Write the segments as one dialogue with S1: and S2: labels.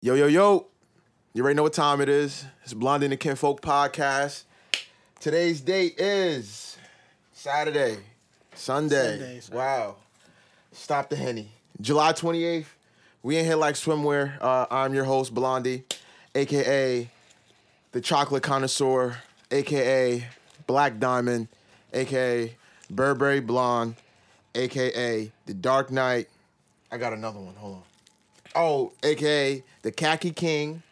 S1: Yo, yo, yo. You already know what time it is. It's Blondie and the Kinfolk podcast. Today's date is Saturday, Sunday.
S2: Sunday, sorry.
S1: wow. Stop the Henny. July 28th. We in here like swimwear. Uh, I'm your host, Blondie, aka the chocolate connoisseur, aka Black Diamond, aka Burberry Blonde, aka the Dark Knight. I got another one. Hold on. Oh, aka the Khaki King,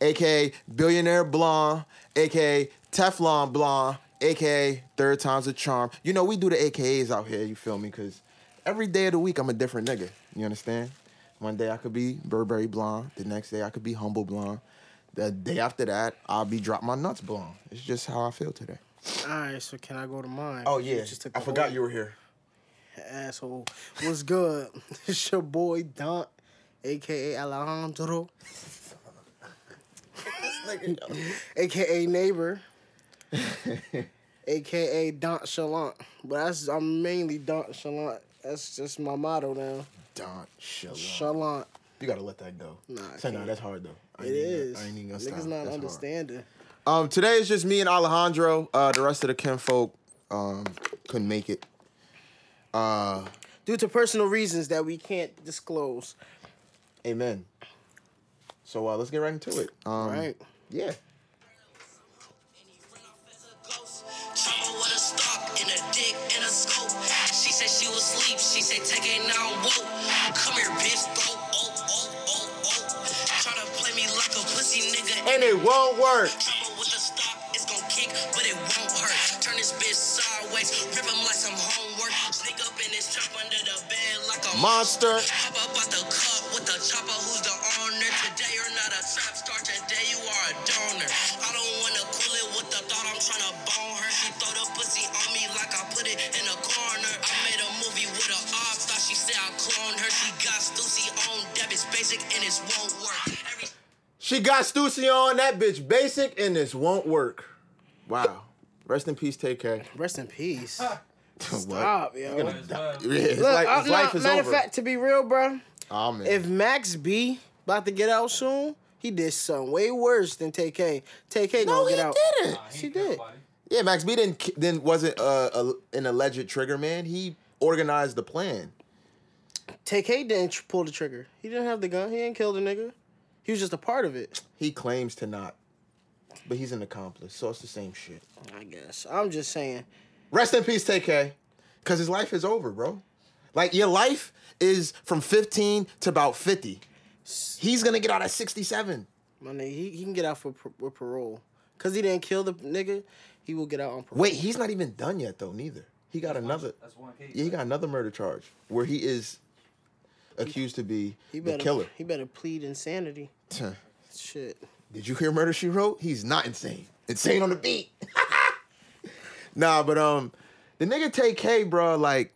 S1: aka Billionaire Blonde, aka Teflon Blonde, aka Third Time's a Charm. You know, we do the AKAs out here, you feel me? Because every day of the week, I'm a different nigga. You understand? One day I could be Burberry Blonde, the next day I could be Humble Blonde. The day after that, I'll be Drop My Nuts Blonde. It's just how I feel today.
S2: All right, so can I go to mine?
S1: Oh,
S2: You
S1: yeah.
S2: just took
S1: I
S2: the
S1: forgot
S2: whole
S1: you were here.
S2: Asshole. What's good? it's your boy, Dunt, a.k.a. Alejandro, a.k.a. Neighbor, a.k.a. Dunt Chalant. But that's, I'm mainly Dunt Chalant. That's just my motto now.
S1: Don Shalom.
S2: Chalant.
S1: You gotta let that go.
S2: Nah, I
S1: Say, nah,
S2: can't.
S1: that's hard though. I
S2: It
S1: ain't even-
S2: is.
S1: I ain't even gonna stop.
S2: Niggas not
S1: That's hard.
S2: understanding.
S1: Um, today is just me and Alejandro. Uh, the rest of the kinfolk um, couldn't make it. Uh,
S2: Due to personal reasons that we can't disclose.
S1: amen. So uh, let's get right into it. Um,
S2: Right.
S1: Yeah.
S3: Trouble with a stalk and a dick and a scope. She said she was asleep. She said, take it now, I'm woke. Come here, bitch, throw. Oh, oh, oh, oh. Tryna play me like a pussy nigga.
S1: And it won't work.
S3: Trouble with a stalk, it's gon' kick, but it won't hurt. Turn this bitch sideways, rip him like some homework. Sneak up in this trap under the bed like a
S1: Monster.
S3: Hop up out the cup with the chopper who's the owner. Today you're not a trap star, today you are a donor. I don't wanna cool it with the thought I'm tryna bone her. She throw the pussy on me like I put it in a corner. I made a movie with a op, thought she said I cloned her. She got Stussy on dab, it's basic and it won't work. Every
S1: She got Stussy on that bitch basic, and this won't work. Wow. Rest in peace, TK.
S2: Rest in peace.
S1: What?
S2: Stop, yo.
S1: Yeah, his
S2: Look,
S1: life,
S2: uh,
S1: his
S2: no,
S1: life is
S2: matter
S1: over.
S2: of fact, to be real, bro,
S1: Aw, man.
S2: if Max B about to get out soon, he did something way worse than TK.
S1: no,
S2: TK gonna
S1: he
S2: get out.
S1: didn't.
S2: She did.
S1: Yeah, Max B didn't ki- then wasn't uh, a, an alleged trigger man. He organized the plan.
S2: TK didn't tr- pull the trigger. He didn't have the gun. He didn't kill the nigga. He was just a part of it.
S1: He claims to not, but he's an accomplice, so it's the same shit.
S2: I guess. I'm just saying.
S1: Rest in peace, TK, because his life is over, bro. Like your life is from 15 to about 50. He's gonna get out at 67.
S2: My nigga, he, he can get out for par- with parole. Cause he didn't kill the nigga, he will get out on parole.
S1: Wait, he's not even done yet though. Neither. He got another.
S4: That's one case.
S1: Yeah, he got another murder charge where he is accused to be
S2: he
S1: the
S2: better
S1: killer.
S2: he better plead insanity.
S1: Tuh.
S2: Shit.
S1: Did you hear Murder She Wrote? He's not insane. Insane on the beat. nah, but um, the nigga take K, bro. Like,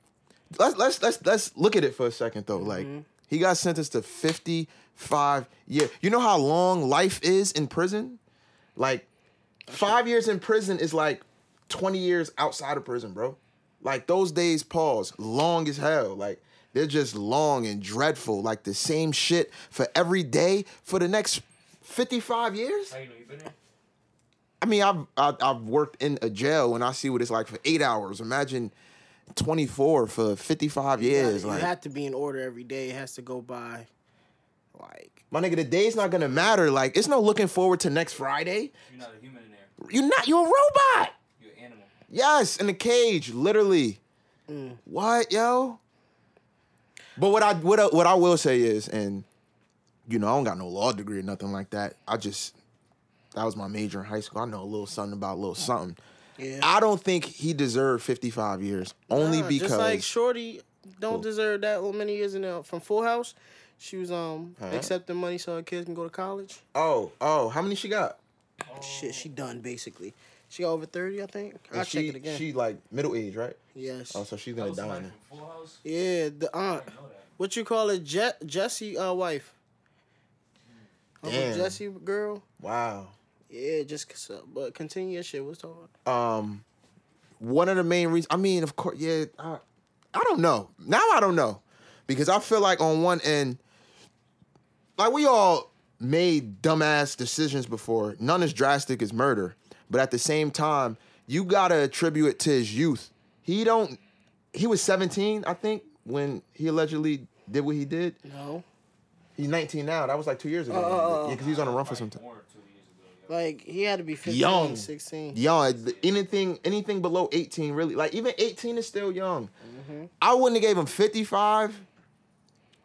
S1: let's let's let's let's look at it for a second though. Like, he got sentenced to fifty five years. You know how long life is in prison? Like,
S4: Oh,
S1: five years in prison is like twenty years outside of prison, bro. Like those days, pause. Long as hell. Like they're just long and dreadful. Like the same shit for every day for the next fifty five years.
S4: How you know you been there?
S1: I mean, I've, I've I've worked in a jail and I see what it's like for eight hours. Imagine twenty four for fifty five years.
S2: you
S1: like
S2: have to be in order every day. It has to go by like
S1: my nigga, the day's not gonna matter. Like it's no looking forward to next Friday.
S4: You're not a human in there.
S1: You're not. You're a robot.
S4: You're an animal.
S1: Yes, in a cage, literally.
S2: Mm.
S1: What, yo? But what I what I, what I will say is, and you know, I don't got no law degree or nothing like that. I just that was my major in high school. I know a little something about a little something.
S2: Yeah.
S1: I don't think he deserved 55 years only
S2: Nah,
S1: because
S2: just like Shorty don't
S1: Cool.
S2: deserve that little many years in there from Full House. She was um
S1: Huh?
S2: accepting money so her kids can go to college.
S1: oh oh how many she got?
S2: Shit, she done basically. She got over thirty, I think.
S1: And
S2: I'll
S1: she
S2: check it again.
S1: she like middle age right?
S2: yes.
S1: Oh, so she's
S4: That
S1: gonna
S4: was
S1: die.
S4: somebody
S1: Now.
S4: from Full House.
S2: Yeah, the aunt.
S4: I didn't know that.
S2: What you call it? Je- Jesse uh wife.
S1: Damn.
S2: Uncle Jesse girl.
S1: Wow.
S2: Yeah, just 'cause, uh, but continue your shit. What's talking?
S1: um one of the main reasons i mean of course yeah I, I don't know now i don't know because i feel like on one end like we all made dumbass decisions before. None as drastic as murder, but at the same time, you gotta attribute it to his youth. He don't. He was 17, I think, when he allegedly did what he did.
S2: No.
S1: He's 19 now. That was like two years ago. yeah, because he was on a run for some time.
S4: Or two years ago. yeah.
S2: Like he had to be 15,
S1: Young.
S2: 16.
S1: Young. Anything, anything below 18, really. Like even 18 is still young.
S2: Mm-hmm.
S1: I wouldn't have gave him 55,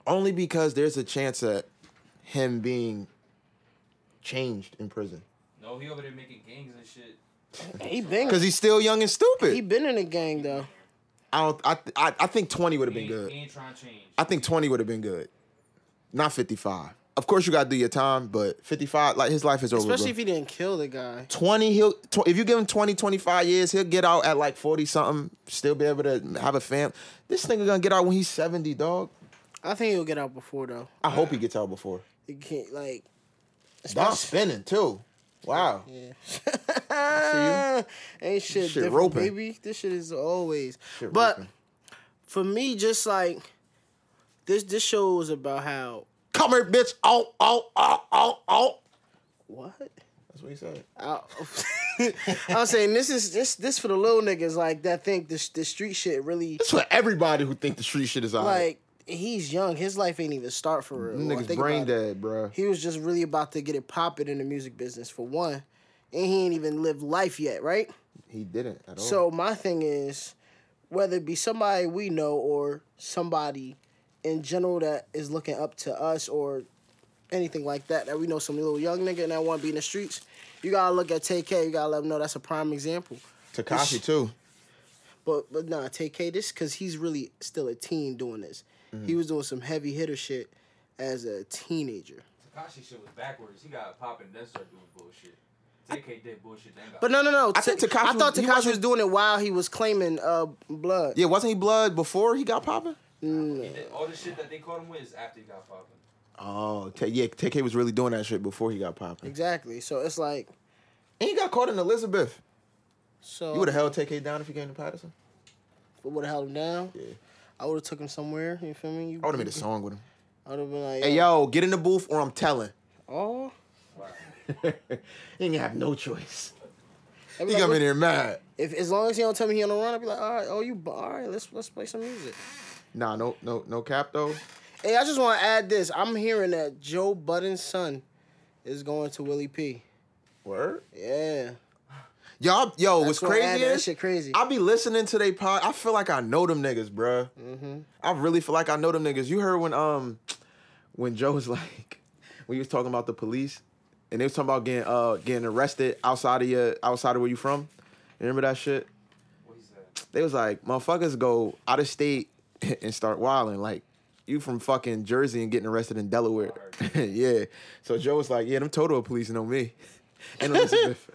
S1: only because there's a chance at him being changed in prison
S4: No, he over there making gangs and shit.
S2: He been
S1: because he's still young and stupid.
S2: he been in a gang though.
S1: I don't. I, th- I I think 20 would have
S4: He
S1: been
S4: ain't,
S1: good.
S4: he ain't trying to change.
S1: I think 20 would have been good, not 55. Of course, you gotta do your time, but 55, like his life is over.
S2: Especially
S1: bro.
S2: if he didn't kill the guy.
S1: 20 he'll tw- if you give him 20 25 years he'll get out at like 40 something still be able to have a fam this nigga gonna get out when he's 70 dog
S2: I think he'll get out before though.
S1: i hope he gets out before
S2: He can't like.
S1: Dom spinning too wow
S2: Yeah. Ain't shit,
S1: Shit
S2: different,
S1: roping.
S2: baby. This shit is always.
S1: Shit
S2: but
S1: roping.
S2: for me, just like this, this show was about how
S1: come here bitch oh oh oh oh oh
S2: what.
S1: that's what he said
S2: I, I was saying this is this this for the little niggas like that think this this street shit really
S1: it's for everybody who think the street shit is all right
S2: like he's young his life ain't even start for real. Like,
S1: niggas
S2: think
S1: brain
S2: about it.
S1: dead bruh.
S2: He was just really about to get it popping in the music business for one, and he ain't even lived life yet, right?
S1: he didn't at all
S2: So my thing is, whether it be somebody we know or somebody in general that is looking up to us or anything like that, that we know some little young nigga and that want to be in the streets, you gotta look at TK. You gotta let him know that's a prime example.
S1: takashi too
S2: But but nah, TK this because he's really still a teen doing this.
S1: Mm-hmm.
S2: He was doing some heavy hitter shit as a teenager.
S4: Takashi shit was backwards. He got popping, then started doing bullshit. TK did bullshit, then got
S2: But no no no,
S1: I think
S2: T-
S1: Tekashi
S2: I thought
S1: was- he
S2: Takashi was
S1: wasn't-
S2: doing it while he was claiming uh blood.
S1: yeah wasn't he blood before he got popping
S4: He did all the shit that they caught him with is after he got popping.
S1: oh T- yeah tk was really doing that shit before he got popping
S2: Exactly. So it's like
S1: and he got caught in elizabeth
S2: so
S1: you would have held tk down if he came to patterson
S2: would have held him down.
S1: yeah
S2: I would have took him somewhere. You feel me? You,
S1: i would have made a song with him
S2: I would have been like,
S1: Hey yo, get in the booth or I'm telling.
S2: oh.
S4: Wow.
S1: he ain't gonna have no choice.
S2: I'd
S1: He
S2: be like,
S1: come in
S2: "Look,
S1: here mad.
S2: If as long as he don't tell me he on the run, I'd be like, all right, oh you, bu- all right, let's let's play some music.
S1: Nah, no, no, no cap though.
S2: Hey, I just want to add this. I'm hearing that Joe Budden's son is going to Willie P.
S1: Word.
S2: Yeah,
S1: Y'all, yo, what's
S2: That's what I added.
S1: crazy
S2: That
S1: is
S2: shit crazy.
S1: I be listening to they pod. I feel like I know them niggas, bruh. I really feel like I know them niggas. You heard when um when Joe was like when he was talking about the police and they was talking about getting uh getting arrested outside of your outside of where you from. You remember that shit?
S4: What he said?
S1: they was like, motherfuckers go out of state and start wilding. Like, you from fucking Jersey and getting arrested in Delaware. yeah. So Joe was like, yeah, them Toto police know me. And Elizabeth.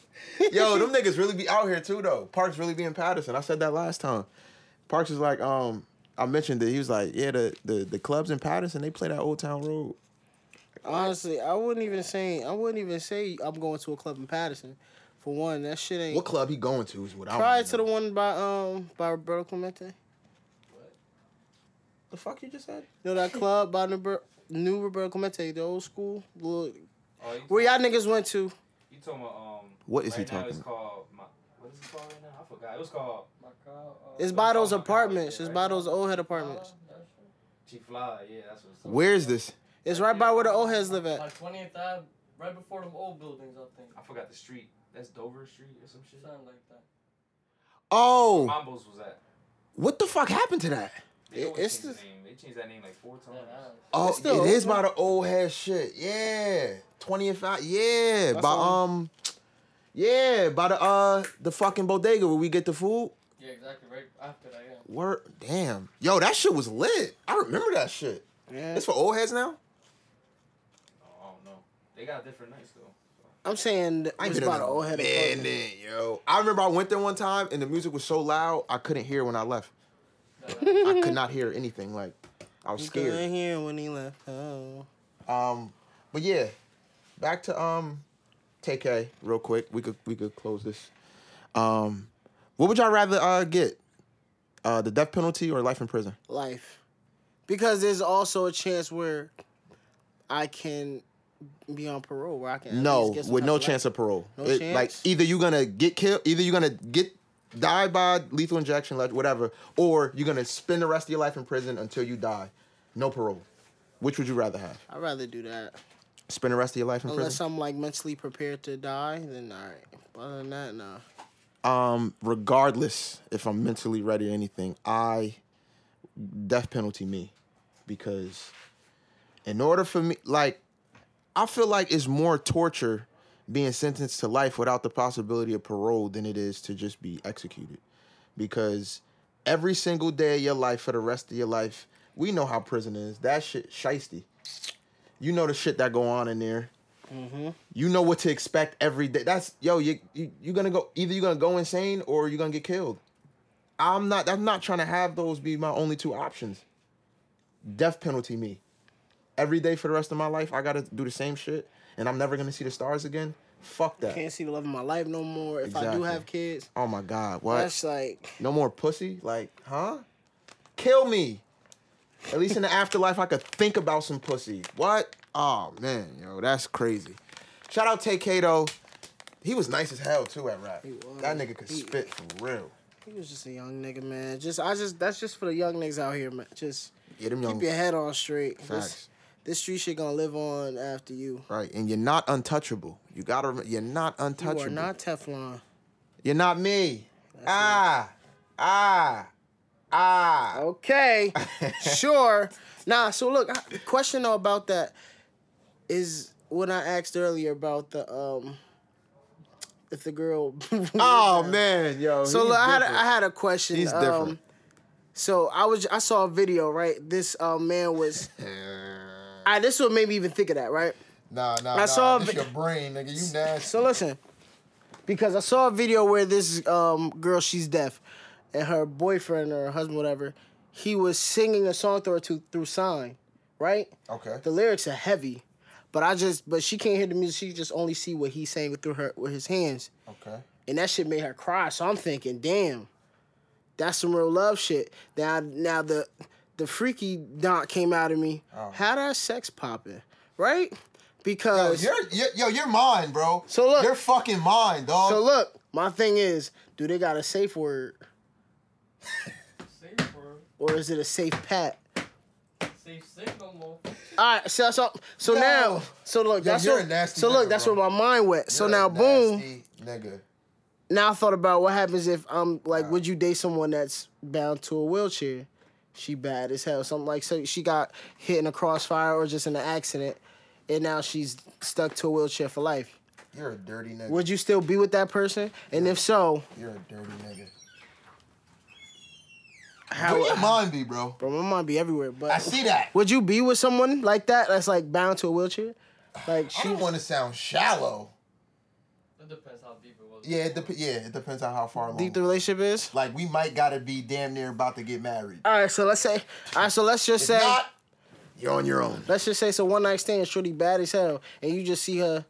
S1: Yo, them niggas really be out here too though. Parks really be in Patterson. I said that last time. Parks was like, um, I mentioned it. He was like, yeah, the the, the clubs in Patterson, they play that Old Town Road.
S2: honestly, I wouldn't even say I wouldn't even say I'm going to a club in Patterson. For one, that shit ain't.
S1: What club he going to is what I
S2: Prior
S1: wanna
S2: to the
S1: know.
S2: one by um by Roberto Clemente,
S4: What?
S1: the fuck you just said?
S2: you know that club by the new Roberto Clemente, the old school little
S4: Oh, you
S2: Where y'all niggas went to?
S4: You talking about um?
S1: What is
S4: right
S1: he
S4: now
S1: talking
S4: It's
S1: about?
S4: called my. What is it called right now? I forgot. It was called.
S5: uh,
S2: It's by those apartments. It's by those old head apartments.
S4: Chief Fly. Yeah, that's what. It's called.
S1: Where is this?
S2: It's right by where the old heads live at.
S5: Like 20th Ave, right before them old buildings, I think.
S4: I forgot the street. That's Dover Street or some shit.
S5: Something like that.
S1: Oh,
S4: Mambo's was at.
S1: what the fuck happened to that?
S4: They
S2: It-
S4: always
S2: it's
S4: change
S2: the-
S4: the name. They changed that name like four times.
S5: Yeah, that-
S1: Oh,
S2: It's still
S1: it is
S2: open.
S1: by the old head shit. Yeah, twentieth. Yeah, by
S2: all.
S1: um, yeah, by the uh the fucking bodega where we get the food.
S5: Yeah, exactly. Right after that, yeah.
S1: Word, damn, yo, that shit was lit. I remember that shit.
S2: Yeah.
S1: It's for old heads now.
S4: Oh, I don't know. They got different nights though.
S2: I'm saying
S1: I ain't
S2: it's
S1: been
S2: by
S1: in
S2: the old head
S1: man,
S2: apartment.
S1: then, yo. I remember I went there one time and the music was so loud I couldn't hear when I left. I could not hear anything. Like I was
S2: You
S1: scared.
S2: couldn't hear when he left. Oh.
S1: Um, but yeah, back to um, TK real quick. We could we could close this. Um, what would y'all rather uh get? Uh, the death penalty or life in prison?
S2: Life. Because there's also a chance where I can be on parole where I can. at
S1: No,
S2: least get some
S1: with
S2: type
S1: no
S2: of
S1: chance
S2: life.
S1: of parole.
S2: No
S1: It-
S2: chance?
S1: Like either you're gonna get killed, either you're gonna get die by lethal injection, like, whatever, or you're gonna spend the rest of your life in prison until you die. No parole. Which would you rather have?
S2: I'd rather do that
S1: Spend the rest of your life in
S2: unless
S1: prison.
S2: I'm like mentally prepared to die. Then all right. But other than that, nah.
S1: Um, regardless if I'm mentally ready or anything, I death penalty me because in order for me, like, I feel like it's more torture being sentenced to life without the possibility of parole than it is to just be executed. Because every single day of your life for the rest of your life, we know how prison is. That shit shisty. You know the shit that go on in there. You know what to expect every day. That's yo, you, you you're gonna go either you're gonna go insane or you're gonna get killed. I'm not I'm not trying to have those be my only two options. Death penalty me every day for the rest of my life, I gotta do the same shit, and I'm never gonna see the stars again. Fuck that.
S2: Can't see the love of my life no more. If I do
S1: Exactly.
S2: have kids,
S1: Oh my god, what?
S2: that's like
S1: no more pussy? Like, huh? Kill me. At least in the afterlife, I could think about some pussy. What? Oh man, yo, that's crazy. Shout out Tay Kato. He was nice as hell too at rap.
S2: was.
S1: That nigga could
S2: He-
S1: spit for real.
S2: he was just a young nigga, man. Just I just that's just for the young niggas out here, man. Just
S1: Get them young
S2: keep your head on straight. This,
S1: facts.
S2: this street shit gonna live on after you.
S1: Right, and you're not untouchable. You gotta, rem- you're not
S2: You
S1: untouchable.
S2: are not Teflon.
S1: You're not me. ah, ah,
S2: Oh,
S1: ah.
S2: Okay, sure. Nah, so look, I- question though about that is what I asked earlier about the um if the girl.
S1: Oh man, yo.
S2: So
S1: he's
S2: look, I had a,
S1: different.
S2: I had a question.
S1: He's
S2: um,
S1: different.
S2: So I was I saw a video right. This uh, man was. I this what made me even think of that right.
S1: Nah, nah.
S2: I saw a
S1: this
S2: vi-
S1: your brain, nigga. You nasty.
S2: So listen, because I saw a video where this um, girl, she's deaf, and her boyfriend or her husband, whatever, he was singing a song through her to, through sign, right?
S1: okay.
S2: The lyrics are heavy, but I just but she can't hear the music. She just only see what he's saying through her with his hands,
S1: okay.
S2: and that shit made her cry. So I'm thinking, damn, that's some real love shit. Now now the the freaky dot came out of me.
S1: Oh.
S2: How that sex popping, right?
S1: Yo,
S2: Because
S1: you're, you're, yo, you're mine, bro.
S2: So look-
S1: you're fucking mine, dog.
S2: So look, my thing is, do they got a safe word
S5: Safe word.
S2: or is it a safe pat?
S5: Safe safe no more.
S2: All right, so so, so
S1: No.
S2: now, so look,
S1: Yo,
S2: that's
S1: you're
S2: what,
S1: a nasty
S2: so look,
S1: nigga,
S2: that's
S1: bro.
S2: where my mind went. so
S1: You're
S2: now,
S1: a
S2: boom,
S1: nasty nigga.
S2: now I thought about what happens if I'm like, would you date someone that's bound to a wheelchair? She bad as hell. Something like so she got hit in a crossfire or just in an accident, and now she's stuck to a wheelchair for life.
S1: You're a dirty nigga.
S2: Would you still be with that person? And if so,
S1: You're a dirty nigga.
S2: how?
S1: Where your mind be, bro?
S2: Bro, my mind be everywhere. But
S1: I see that.
S2: Would you be with someone like that that's like bound to a wheelchair? Like
S1: I
S2: she
S1: don't want to sound shallow.
S5: It depends how deep it was.
S1: Yeah, it dep- yeah, it depends on how far along.
S2: deep the relationship is?
S1: like we might gotta be damn near about to get married.
S2: All right, so let's say, all right, so let's just
S1: If
S2: say,
S1: not, you're on your own.
S2: let's just say it's a one night stand, shorty bad as hell, and you just see her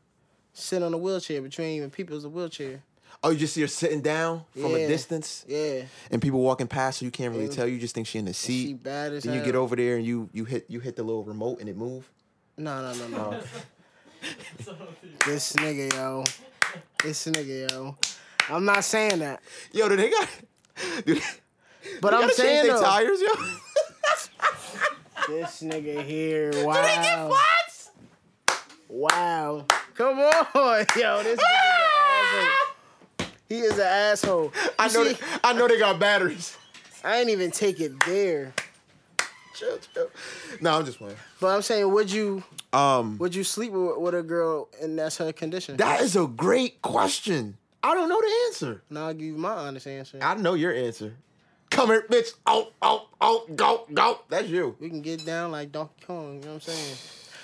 S2: sit on a wheelchair, but you ain't even people it's a wheelchair.
S1: Oh, you just see her sitting down from
S2: Yeah.
S1: a distance,
S2: Yeah,
S1: and people walking past, so you can't really
S2: Yeah.
S1: tell. You just think she in the seat.
S2: she bad as
S1: Then
S2: hell.
S1: you get over there and you you hit you hit the little remote and it move.
S2: No, no, no, no.
S1: Oh.
S5: So deep.
S2: This nigga, yo, this nigga, yo. I'm not saying that,
S1: Yo, do they got? Do they,
S2: but
S1: they
S2: I'm
S1: gotta change
S2: saying
S1: their
S2: though,
S1: tires, yo.
S2: this nigga here. Wow. Wow. Come on, yo. This nigga's an asshole. He is an asshole.
S1: I
S2: You
S1: know
S2: see,
S1: they, I know they got batteries.
S2: I ain't even take it there.
S1: Chill, chill. No, I'm just playing.
S2: But I'm saying, would you
S1: Um,
S2: would you sleep with, with a girl and that's her condition?
S1: that is a great question. I don't know the answer.
S2: and I'll give you my honest answer.
S1: I know your answer. Come here, bitch. Oh, oh, oh, go, go. That's you.
S2: we can get down like Donkey Kong. You know what I'm saying?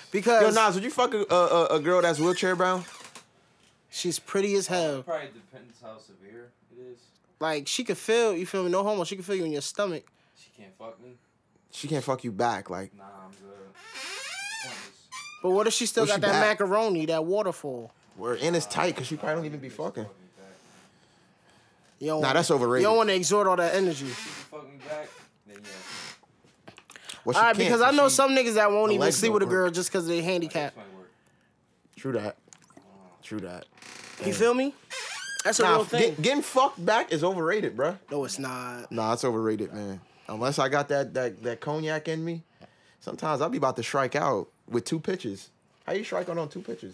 S2: Because
S1: Yo, Nas, would you fuck a, a, a- a girl that's wheelchair bound?
S2: she's pretty as hell.
S4: Probably depends how severe it is.
S2: Like she could feel you feel me? No homo. She could feel you in your stomach.
S4: She can't fuck me.
S1: She can't fuck you back. Like,
S4: Nah, I'm good. Pointless.
S2: But what if she still
S1: Well,
S2: got
S1: she
S2: that
S1: bad.
S2: macaroni, that waterfall?
S1: we're in it's tight because she probably don't even be
S4: Bitch,
S1: fucking.
S4: Fuck me back.
S2: You don't,
S1: Nah, that's
S2: Oh, you
S1: overrated.
S2: don't want to exhort all that energy.
S4: If you fuck me back, then yeah,
S1: Well, she
S2: All right,
S1: can't
S2: because I know
S1: she-
S2: some niggas that won't
S1: her
S2: even
S1: legs
S2: sleep
S1: don't
S2: with a
S1: work.
S2: girl just because of their
S4: that's
S2: handicap.
S4: my work.
S1: True that. True that.
S2: You feel me? That's a
S1: Nah,
S2: real
S1: f-
S2: thing.
S1: get- getting fucked back is overrated, bruh.
S2: no, it's not.
S1: Nah, it's overrated, man. Unless I got that that that cognac in me, sometimes I'll be about to strike out with two pitches. How you strike out on two pitches?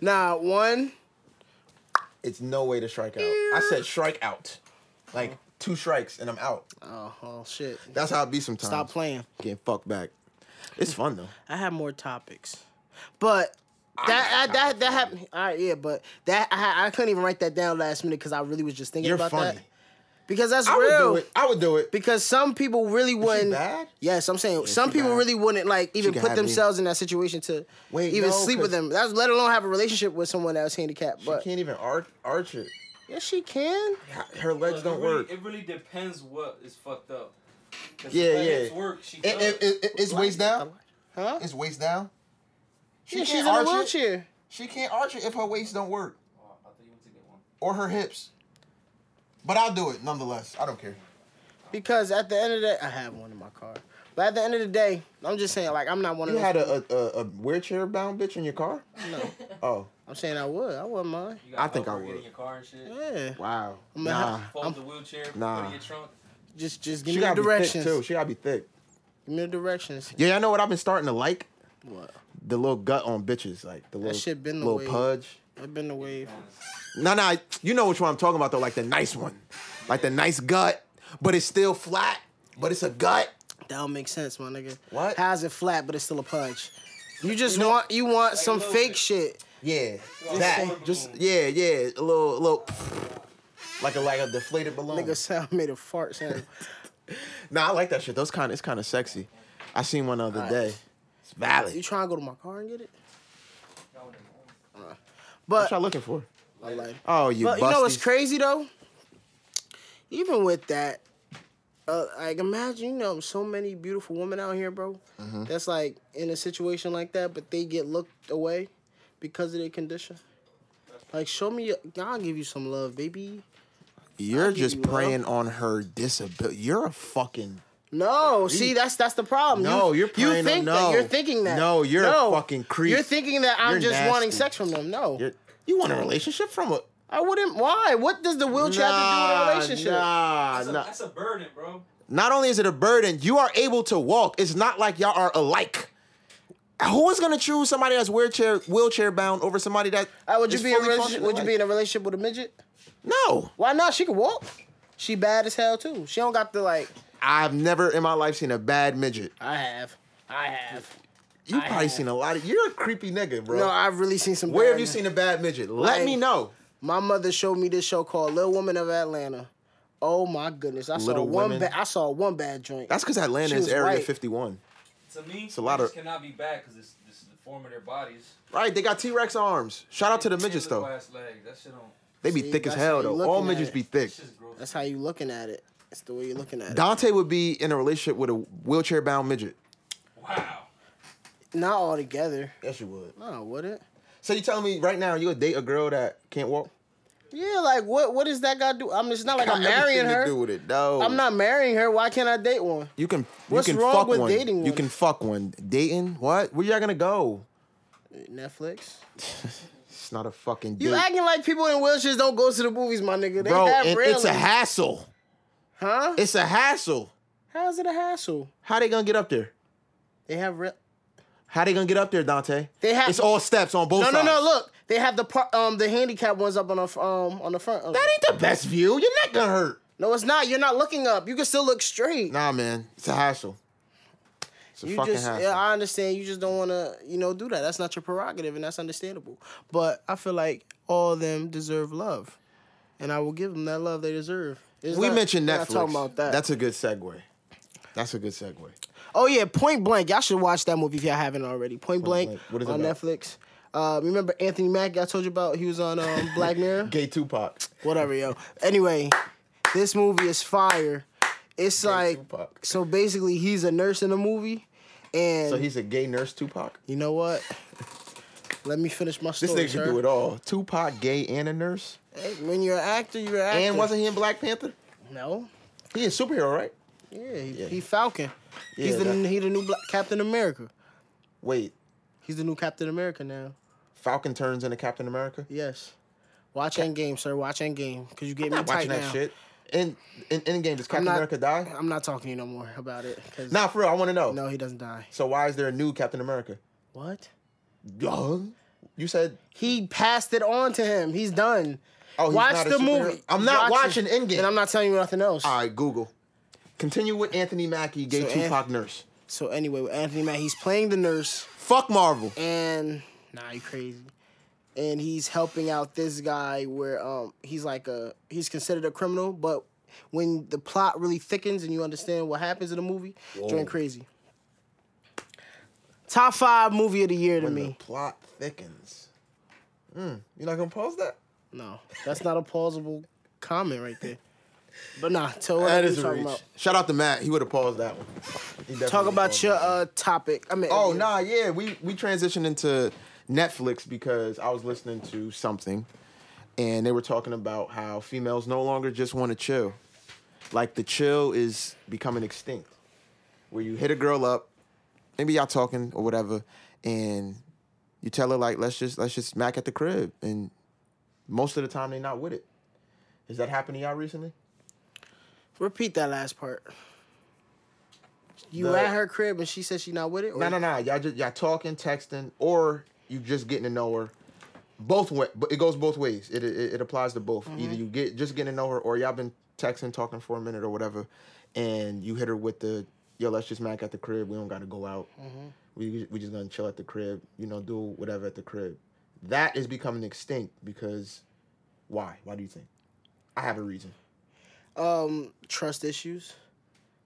S2: Nah, one.
S1: It's no way to strike out. I said strike out. Like two strikes and I'm out.
S2: Oh, oh shit.
S1: That's how it be sometimes.
S2: Stop playing.
S1: Getting fucked back. It's fun though.
S2: I have more topics, but that I, that that happened. All right, yeah, but that I, I couldn't even write that down last minute because I really was just thinking
S1: You're
S2: about
S1: funny.
S2: that because that's
S1: I would
S2: real.
S1: do it. I would do it.
S2: Because some people really wouldn't.
S1: bad?
S2: Yes, I'm saying some
S1: she
S2: people
S1: bad.
S2: really wouldn't like even
S1: can
S2: put
S1: have me.
S2: themselves in that situation to
S1: Wait,
S2: even
S1: no,
S2: sleep with
S1: 'cause-
S2: them. That's let alone have a relationship with someone that's handicapped. But
S1: she can't even arch, arch it.
S2: yeah, she can.
S1: Her legs
S4: Look,
S1: don't
S4: it really,
S1: work.
S4: It really depends what is fucked up. 'Cause
S1: Yeah,
S4: if her
S1: yeah.
S4: hips Work, she
S1: It-
S4: does.
S1: it- it- it's waist down.
S2: Huh?
S1: It's waist down. She
S2: yeah,
S1: can't
S2: she's in a
S1: arch it.
S2: wheelchair.
S1: She can't arch it if her waist don't work.
S4: Oh, I thought you wanted to get one.
S1: or her hips. But I'll do it nonetheless. I don't care.
S2: Because at the end of the day, I have one in my car. But at the end of the day, I'm just saying, like, I'm not one
S1: You
S2: of those.
S1: had a a, a, a wheelchair bound bitch in your car?
S2: No.
S1: Oh,
S2: I'm saying I would. I wouldn't mind.
S4: You gotta
S1: I think
S4: help
S1: I
S4: her get
S1: would.
S4: in your car and shit.
S2: Yeah.
S1: wow.
S2: I'm gonna have-
S4: Fold
S2: I'm-
S4: the wheelchair. Put
S1: Nah.
S4: it in your trunk.
S2: Just just give
S1: She
S2: me the
S1: gotta be thick
S2: directions.
S1: too. She gotta be thick.
S2: Give me the directions.
S1: Yeah, I know what I've been starting to like
S2: What?
S1: the little gut on bitches, like the little
S2: shit been the
S1: little
S2: way.
S1: pudge.
S2: I've been the wave.
S1: No, no, you know which one I'm talking about though, like the nice one, like the nice gut, but it's still flat, but it's a gut.
S2: That don't make sense, my nigga.
S1: What?
S2: How's it flat, but it's still a pudge? You just want you want some
S4: little
S2: fake
S4: bit.
S2: shit.
S1: Yeah,
S4: Like a
S1: that.
S4: balloon.
S1: Just yeah, yeah, a little, a little, like a like a deflated balloon.
S2: Nigga sound made a fart sound.
S1: Nah, I like that shit. Those kind, it's kind of sexy. I seen one the other
S2: Alright.
S1: day. It's
S2: you
S1: valid.
S2: trying to go to my car and get it?
S4: Y'all wouldn't-
S1: What
S2: But
S1: y'all looking for?
S2: I like-
S1: Oh, you.
S2: But you know what's
S1: busties.
S2: crazy though? Even with that, uh, like imagine you know so many beautiful women out here, bro.
S1: Mm-hmm.
S2: That's like in a situation like that, but they get looked away because of their condition. Like, show me, your, I'll give you some love, baby.
S1: You're
S2: give
S1: just
S2: you
S1: preying on her disability. You're a fucking.
S2: No, see, that's that's the problem.
S1: No,
S2: you,
S1: you're
S2: you
S1: playing a-
S2: think
S1: no.
S2: that you're thinking that.
S1: No, you're a fucking creep.
S2: You're thinking that I'm
S1: You're
S2: just wanting
S1: nasty.
S2: sex from them. No,
S1: You're, you want a relationship from a.
S2: I wouldn't. Why? What does the wheelchair have to do with a relationship?
S1: Nah,
S4: That's, a,
S1: nah.
S4: that's a burden, bro.
S1: Not only is it a burden, you are able to walk. It's not like y'all are alike. Who is gonna choose somebody that's wheelchair wheelchair bound over somebody that?
S2: Uh, would you
S1: is
S2: be in a
S1: fully
S2: relationship? Would you
S1: functioning
S2: be in a relationship with a midget?
S1: alike? No,
S2: Why not? She can walk. She bad as hell too. She don't got the like.
S1: I've never in my life seen a bad midget.
S2: I have. I have.
S1: You probably seen a lot of. You're a creepy nigga, bro.
S2: No, I've really seen some.
S1: Where
S2: bad
S1: have you
S2: men.
S1: seen a bad midget? Let
S2: Like-
S1: me know.
S2: My mother showed me this show called Little Woman of Atlanta. Oh my goodness! I
S1: Little
S2: saw one.
S1: Women?
S2: Ba- I saw one bad joint.
S1: That's because Atlanta
S2: She
S1: is
S2: was
S1: Area
S2: white.
S1: 51.
S4: To me,
S1: a lot
S4: bitches
S1: of-
S4: cannot be bad because this this is the form of their bodies.
S1: Right, they got T Rex arms. Shout out to the
S4: And
S1: midgets
S4: little
S1: though.
S4: ass legs. That shit don't.
S1: They be
S2: See,
S1: thick as
S2: that's how
S1: hell
S2: you
S1: though.
S2: looking
S1: All
S2: at
S1: midgets
S2: it.
S1: be thick.
S4: That's just gross.
S2: That's how you looking at it. That's the way you're looking at it.
S1: Dante would be in a relationship with a wheelchair bound midget.
S4: Wow.
S2: Not all together.
S1: Yes, you would.
S2: No, would it?
S1: So you telling me right now you would date a girl that can't walk?
S2: Yeah, like what? What does that got to do? I'm. It's not like
S1: Got
S2: I'm marrying
S1: everything
S2: her.
S1: To do with it. No,
S2: I'm not marrying her. Why can't I date one?
S1: You can.
S2: What's
S1: you can
S2: wrong
S1: fuck
S2: with
S1: one.
S2: dating
S1: You
S2: one?
S1: can fuck one. Dating? What? Where y'all gonna go?
S2: Netflix.
S1: It's not a fucking date,
S2: You acting like people in wheelchairs don't go to the movies, my nigga. They
S1: bro.
S2: have
S1: and
S2: railings.
S1: it's a hassle.
S2: huh?
S1: It's a hassle.
S2: How's it a hassle?
S1: How they gonna get up there?
S2: They have rail.
S1: How they gonna get up there, Dante?
S2: They have-
S1: It's all steps on both
S2: No, no,
S1: sides.
S2: no. Look, they have the par- um the handicap ones up on the f- um on the front.
S1: That ain't the best view. Your neck gonna hurt.
S2: no, it's not. You're not looking up. You can still look straight.
S1: Nah, man. It's a hassle. It's a
S2: you
S1: fucking
S2: just,
S1: hassle.
S2: yeah, I understand. You just don't want to, you know, do that. That's not your prerogative, and that's understandable. But I feel like all of them deserve love, and I will give them that love they deserve. It's
S1: we
S2: not-
S1: mentioned
S2: we're
S1: Netflix.
S2: not talking about that.
S1: That's a good segue. That's a good segue.
S2: Oh yeah, Point Blank. Y'all should watch that movie if y'all haven't already. Point, Blank,
S1: Blank. What is it
S2: on
S1: about?
S2: Netflix. Uh, remember Anthony Mack? I told you about. He was on um, Black Mirror.
S1: Gay Tupac.
S2: Whatever, yo. Anyway, this movie is fire. It's like
S1: Tupac.
S2: so basically he's a nurse in the movie, and
S1: So he's a gay nurse Tupac.
S2: you know what? Let me finish my
S1: This
S2: story.
S1: nigga
S2: sir.
S1: can do it all. Tupac, gay, and a nurse.
S2: Hey, when you're an actor, you're an actor.
S1: And wasn't he in Black Panther?
S2: no.
S1: He a superhero, right?
S2: Yeah, he, he Falcon.
S1: Yeah,
S2: he's the
S1: that-
S2: he the new Black, Captain America.
S1: Wait.
S2: He's the new Captain America now.
S1: Falcon turns into Captain America.
S2: Yes. Watch Endgame, sir. Watch Endgame. Because you get me
S1: I'm not
S2: tight
S1: watching
S2: now.
S1: that shit. In in Endgame, does Captain
S2: not-
S1: America die?
S2: I'm not talking to you no more about it. 'cause-
S1: Nah, for real. I want to know.
S2: No, he doesn't die.
S1: So why is there a new Captain America?
S2: What?
S1: Duh. You said,
S2: He passed it on to him. He's done.
S1: oh, he's
S2: Watch
S1: not a
S2: the
S1: superhero?
S2: movie.
S1: I'm not
S2: Watch
S1: watching
S2: it.
S1: Endgame.
S2: And I'm not telling you nothing else.
S1: All right, Google. Continue with Anthony Mackie, gay
S2: So
S1: Tupac nurse.
S2: So anyway, with Anthony Mack, he's playing the nurse,
S1: Fuck Marvel.
S2: and nah, you crazy. And he's helping out this guy where um he's like a he's considered a criminal, but when the plot really thickens and you understand what happens in the movie, join crazy. Top five movie of the year to
S1: When the
S2: me.
S1: plot thickens. Mm, you're not gonna pause that?
S2: No, that's not a plausible comment right there. But nah, tell what
S1: That
S2: you
S1: is a
S2: talking
S1: reach.
S2: about.
S1: Shout out to Matt. He would have paused that one. He
S2: Talk
S1: definitely
S2: about
S1: paused
S2: your
S1: that one.
S2: uh topic. I mean,
S1: Oh nah, yeah. We we transitioned into Netflix because I was listening to something, and they were talking about how females no longer just want to chill. Like the chill is becoming extinct, where you hit a girl up, maybe y'all talking or whatever, and you tell her like, let's just let's just smack at the crib, and most of the time they not with it. Has that happened to y'all recently?
S2: Repeat that last part. You
S1: The-
S2: at her crib and she says she not with it. Or
S1: No, no, no. Y'all just y'all talking, texting, or you just getting to know her. Both way, but it goes both ways. It it, it applies to both. Either you get just getting to know her, or y'all been texting, talking for a minute or whatever, and you hit her with the yo, let's just mac at the crib. We don't got to go out. We we just gonna chill at the crib. You know, do whatever at the crib. That is becoming extinct because why? Why do you think? I have a reason.
S2: Um, trust issues.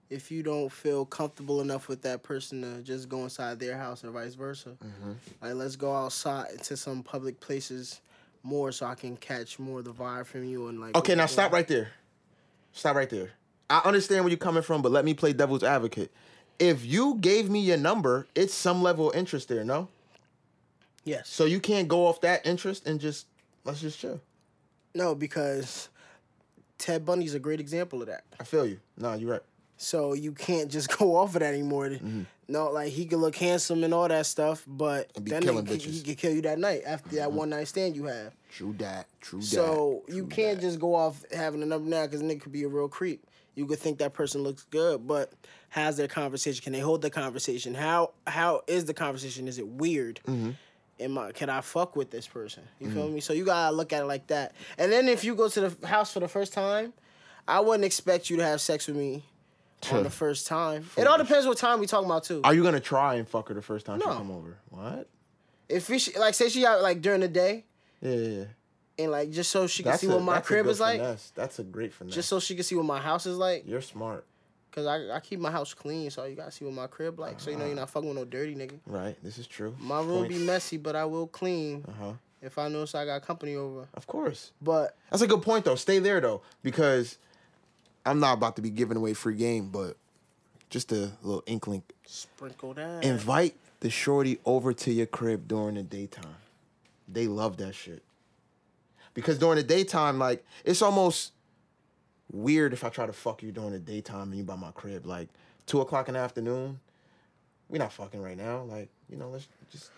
S2: If you don't feel comfortable enough with that person to just go inside their house or vice versa,
S1: Mm-hmm.
S2: like let's go outside to some public places more so I can catch more of the vibe from you and like.
S1: Okay, now stop right there. Stop right there. I understand where you're coming from, but let me play devil's advocate. If you gave me your number, it's some level of interest there, no?
S2: Yes.
S1: So you can't go off that interest and just let's just chill.
S2: No, because Ted Bundy's a great example of that.
S1: I feel you. No, you're right.
S2: So you can't just go off of that anymore. No, like he could look handsome and all that stuff, but
S1: Mm-hmm. And be
S2: that
S1: killing
S2: nigga-
S1: bitches. Mm-hmm.
S2: he could kill you that night after that one night stand you have.
S1: True that. True
S2: So you can't just go off having a number now because nigga could be a real creep. You could think that person looks good, but how's their conversation? Can they hold the conversation? How how is the conversation? Is it weird?
S1: Mm-hmm.
S2: Am I can I fuck with this person? You feel me? So you gotta look at it like that. And then if you go to the house for the first time, I wouldn't expect you to have sex with me on the first time. It all depends what time we talking about too.
S1: Are you gonna try and fuck her the first time she
S2: No.
S1: come over? What?
S2: If we sh- like say she out like during the day
S1: Yeah, yeah, yeah.
S2: and like just so she can see
S1: a-
S2: what my
S1: that's a
S2: crib
S1: good
S2: is like,
S1: finesse. That's a great finesse.
S2: just so she can see what my house is like.
S1: you're smart,
S2: Cause I, I keep my house clean, so you gotta see what my crib like. So you know you're not fucking with no dirty nigga.
S1: right? This is true.
S2: My room be messy, but I will clean
S1: Uh huh.
S2: if I notice I got company over.
S1: Of course.
S2: But
S1: That's a good point though. Stay there though, because I'm not about to be giving away free game, but just a little inkling.
S2: sprinkle that.
S1: Invite the shorty over to your crib during the daytime. They love that shit. Because during the daytime, like, it's almost weird if I try to fuck you during the daytime and you by my crib. Like, two o'clock in the afternoon, we not fucking right now. Like, you know, let's just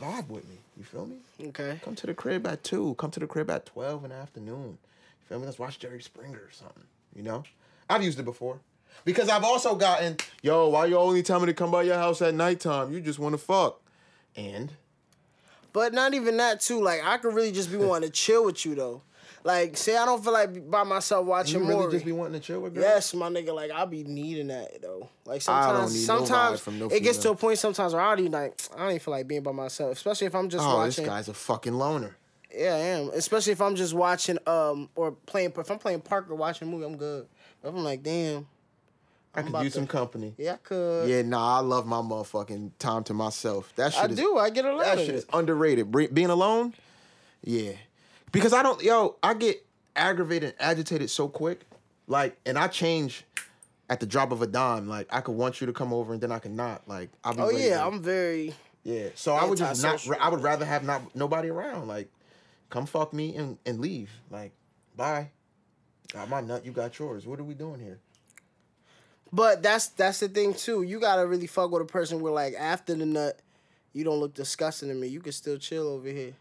S1: vibe with me. You feel me?
S2: okay.
S1: Come to the crib at two. Come to the crib at twelve in the afternoon. You feel me? Let's watch Jerry Springer or something. You know, I've used it before because I've also gotten yo. Why you only tell me to come by your house at nighttime? You just want to fuck. And
S2: But not even that too. Like I could really just be wanting to chill with you though. Like say I don't feel like by myself watching
S1: you really
S2: Maury.
S1: just be wanting to chill with girls.
S2: Yes, my nigga. Like I be needing that though. Like
S1: I don't
S2: sometimes,
S1: need no
S2: sometimes
S1: vibe from no
S2: it gets to
S1: female.
S2: a point. Sometimes where I already like I don't even feel like being by myself, especially if I'm just
S1: Oh, this
S2: watching.
S1: guy's a fucking loner.
S2: Yeah, I am. Especially if I'm just watching um or playing if I'm playing park or watching a movie, I'm good. But if I'm like, damn,
S1: I could
S2: about
S1: use
S2: to-
S1: some company.
S2: yeah, I could.
S1: Yeah, nah, I love my motherfucking time to myself. That shit
S2: I
S1: is
S2: do. I get a
S1: That shit is underrated. Bre- Being alone, yeah, because I don't, yo, I get aggravated and agitated so quick, like, and I change at the drop of a dime. Like, I could want you to come over, and then I could not. Like, I'll be.
S2: Oh
S1: ready to-
S2: yeah, I'm very
S1: yeah. So I would just not.
S2: antisocial.
S1: I would rather have not nobody around. Like, come fuck me and and leave. Like, bye. Got my nut. You got yours. What are we doing here?
S2: but that's that's the thing too. You gotta really fuck with a person where like after the nut, you don't look disgusting to me. You can still chill over here.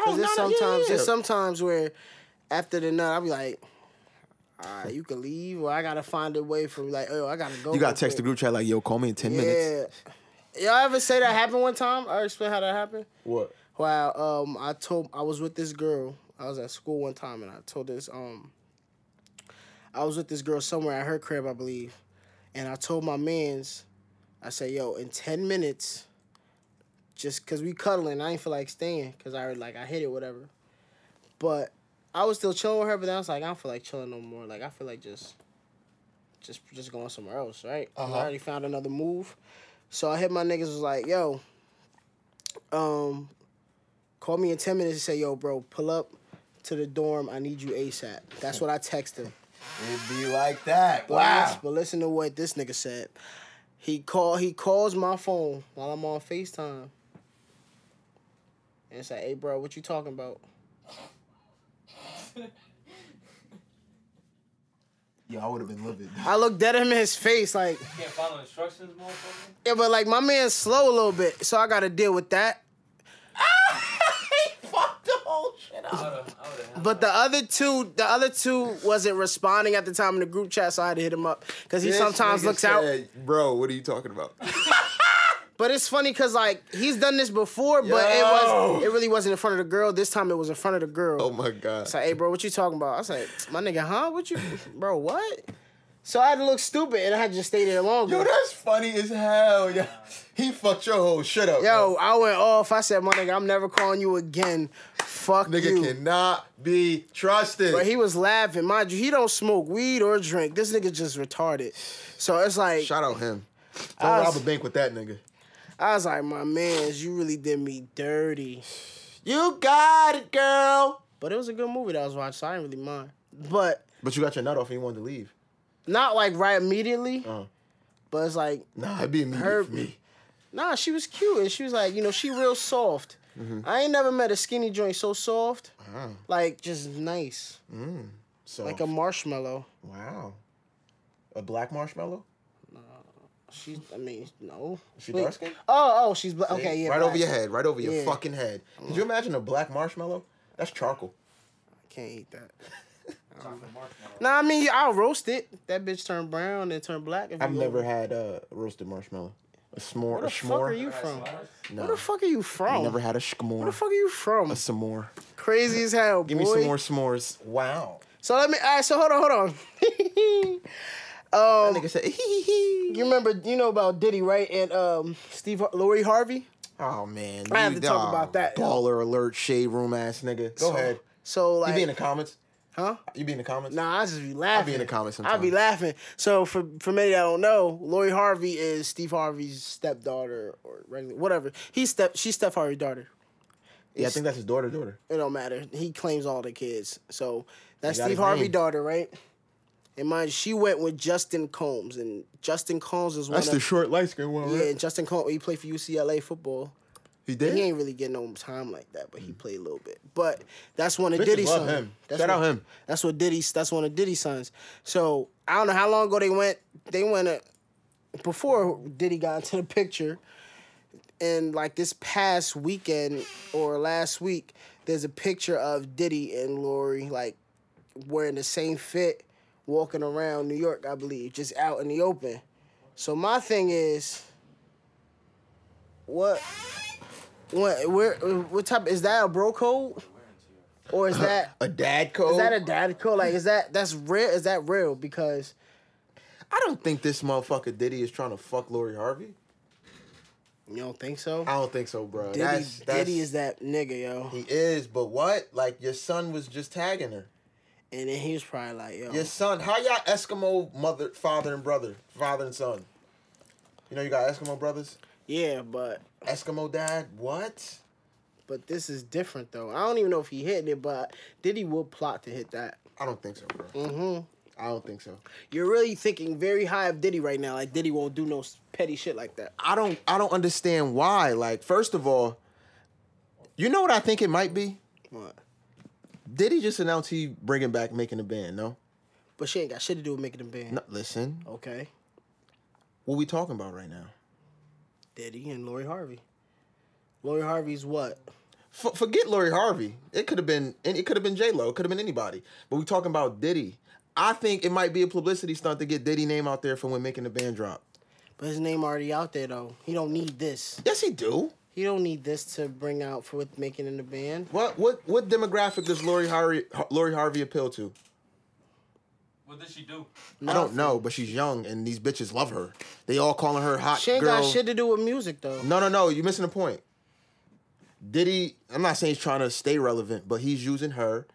S1: Oh,
S2: Cause there's
S1: no, no, yeah,
S2: sometimes
S1: yeah,
S2: there's
S1: yeah.
S2: sometimes where after the night I'll be like, all right, you can leave, or I gotta find a way from like, oh, I gotta go.
S1: You got
S2: real
S1: to text the
S2: quick."
S1: group chat like, yo, call me in ten minutes.
S2: Yeah. Y'all ever say that happened one time? I explain how that happened.
S1: What?
S2: Wow. Um, I told I was with this girl. I was at school one time, and I told this um. I was with this girl somewhere at her crib, I believe, and I told my man's, I said, "Yo, in ten minutes, just cause we cuddling, I ain't feel like staying, cause I already like I hit it, whatever." But I was still chilling with her, but then I was like, I don't feel like chilling no more. Like I feel like just, just, just going somewhere else, right? 'Cause I already found another move, so I hit my niggas was like, "Yo, um, call me in 10 minutes and say, yo, bro, pull up to the dorm. I need you ASAP. That's what I text him.
S6: It be like that.
S2: But
S6: Wow.
S2: listen- but listen to what this nigga said. He call he calls my phone while I'm on FaceTime. And say, hey bro, what you talking about?
S6: Yo, I would have been livid.
S2: I looked dead him in his face like,
S4: Can't follow instructions, motherfucker.
S2: yeah, but like my man's slow a little bit, so I gotta deal with that.
S6: Fuck the whole shit
S4: I
S6: up.
S4: would've, I would've.
S2: But the other two, the other two wasn't responding at the time in the group chat, so I had to hit him up. Cause he sometimes looks out.
S1: Bro, what are you talking about?
S2: But it's funny because like he's done this before, but it was
S1: Yo.
S2: it really wasn't in front of the girl. This time it was in front of the girl.
S1: oh my god.
S2: It's like, hey, bro, what you talking about? I was like, my nigga, huh? What you, bro? What? So I had to look stupid, and I had to just stay there longer.
S6: Yo,
S2: Yo,
S6: that's funny as hell. Yo, he fucked your whole shit up. bro.
S2: I went off. I said, my nigga, I'm never calling you again. Fuck
S6: nigga
S2: you.
S6: cannot be trusted.
S2: But he was laughing. Mind you, he don't smoke weed or drink. This nigga just retarded. So it's like
S1: Shout out him.
S6: Don't
S2: I
S6: rob
S2: was-
S6: a bank with that nigga.
S2: I was like, my man's, you really did me dirty.
S1: You got it, girl.
S2: But it was a good movie that I was watching, so I didn't really mind. But
S1: But you got your nut off and you wanted to leave.
S2: not like right immediately.
S1: Uh-huh.
S2: But it's like,
S6: Nah, it'd be immediate
S2: Her-
S6: for me.
S2: nah, she was cute, and she was like, you know, she real soft.
S1: Mm-hmm.
S2: I ain't never met a skinny joint so soft,
S1: Wow.
S2: like just nice,
S1: Mm. So
S2: Uh-huh. like a marshmallow.
S1: wow. A black marshmallow?
S2: She's, I mean, no.
S1: She
S2: Wait.
S1: dark skinned?
S2: Oh, oh, she's black. Okay, yeah.
S1: right over
S2: black.
S1: your head, right over your
S2: Yeah.
S1: fucking head. Could you imagine a black marshmallow? That's charcoal.
S2: Can't eat that.
S4: Chocolate marshmallow.
S2: Nah, I mean, I'll roast it. That bitch turned brown and turned black. If
S1: I've
S2: you
S1: never
S2: over-
S1: had a roasted marshmallow. A s'more,
S2: Where
S1: a
S2: the
S1: s'more.
S2: fuck are you
S4: Alright,
S2: from?
S4: so I-
S1: No.
S2: Where the fuck are you from?
S1: Never had a
S2: Where the
S1: s'more.
S2: fuck are you from?
S1: A s'more.
S2: Crazy as hell,
S1: Give me
S2: boy.
S1: some more s'mores.
S6: Wow.
S2: So let me. All right. So hold on, hold on. um,
S1: Nigga said, hee hee hee.
S2: You remember, you know about Diddy, right? And um, Steve, Lori Harvey.
S1: Oh man,
S2: I have
S1: You-
S2: to talk
S1: oh,
S2: about that, yo.
S1: Baller alert, shade room ass nigga. Go
S2: So-
S1: ahead.
S2: So
S1: You
S2: like,
S1: be in the comments.
S2: huh?
S1: You be in the comments.
S2: Nah, I just be laughing.
S1: in the comments
S2: I be
S1: sometime.
S2: laughing. So for for many that don't know, Lori Harvey is Steve Harvey's stepdaughter or regular whatever. He step she's Steph Harvey's daughter.
S1: yeah, I think that's his daughter. Daughter.
S2: It don't matter. He claims all the kids. So that's
S1: They got
S2: Steve
S1: his
S2: Harvey's
S1: name.
S2: daughter, right? And mind you, she went with Justin Combs, and Justin Combs is one
S1: That's
S2: of
S1: the short light skin one,
S2: yeah.
S1: right?
S2: and Justin Combs, he played for UCLA football.
S1: He did.
S2: He ain't really getting no time like that, but he played a little bit. But that's one of
S1: Bitches
S2: Diddy's
S1: love
S2: sons.
S1: him.
S2: That's
S1: Shout
S2: one-
S1: out him.
S2: That's what Diddy's. That's one of Diddy's sons. So I don't know how long ago they went. They went uh before Diddy got into the picture, and like this past weekend or last week, there's a picture of Diddy and Lori like wearing the same fit, walking around New York, I believe, just out in the open. So my thing is, what, what, where, what type is that a bro code, or is that
S1: A dad code.
S2: is
S1: I
S2: that a dad code? Like, is that that's real? Is that real? Because
S1: I don't think this motherfucker Diddy is trying to fuck Lori Harvey.
S2: you don't think so.
S1: I don't think so, bro.
S2: Diddy,
S1: that's, that's
S2: Diddy is that nigga, yo.
S1: He is, but what? Like your son was just tagging her.
S2: And then he was probably like, yo,
S1: Your son, how y'all Eskimo mother, father and brother, father and son. You know you got Eskimo brothers,
S2: yeah, but
S1: Eskimo dad. What?
S2: but this is different though. I don't even know if he hit it, but Diddy will plot to hit that.
S1: I don't think so, bro.
S2: Mm-hmm.
S1: I don't think so.
S2: You're really thinking very high of Diddy right now. Like Diddy won't do no s- petty shit like that.
S1: I don't I don't understand why. Like, first of all, you know what I think it might be?
S2: What?
S1: Did he just announce he bringing back making a band? No,
S2: But she ain't got shit to do with making them band.
S1: no. Listen,
S2: Okay,
S1: what we talking about right now?
S2: Diddy and Lori Harvey. Lori Harvey's what?
S1: F- forget Lori Harvey. It could have been and it could have been J Lo. It could have been anybody. But we talking about Diddy. I think it might be a publicity stunt to get Diddy name out there for when making the band drop.
S2: But his name already out there though. He don't need this.
S1: Yes, he do.
S2: He don't need this to bring out for with making in the band.
S1: What what what demographic does Lori Harvey Lori Harvey appeal to?
S4: What did she do?
S1: I don't know, but she's young and these bitches love her. They all calling her hot
S2: She ain't
S1: girl.
S2: got shit to do with music though.
S1: No, no, no. You're missing the point. Diddy, I'm not saying he's trying to stay relevant, but he's using her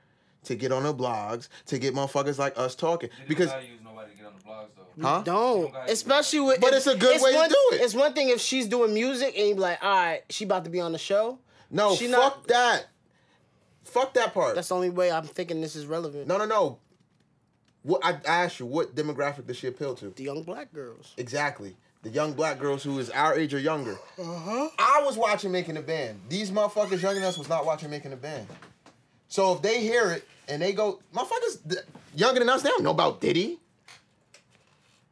S1: to get on the blogs, to get motherfuckers like us talking.
S4: Diddy
S1: Because
S4: don't gotta use nobody to get on the blogs though.
S1: Huh?
S2: Don't. Especially with.
S1: But it's a good way to
S2: one-
S1: do it.
S2: It's one thing if she's doing music and you be like, all right, she about to be on the show.
S1: no,
S2: She
S1: fuck
S2: not-
S1: that. Fuck that part.
S2: That's the only way I'm thinking this is relevant.
S1: no, no, no. What I, I asked you, what demographic does she appeal to?
S2: The young black girls.
S1: Exactly. The young black girls who is our age or younger.
S2: Uh-huh.
S1: I was watching Making a Band. These motherfuckers younger than us was not watching Making a Band. So if they hear it and they go, motherfuckers th- younger than us, they don't know about Diddy.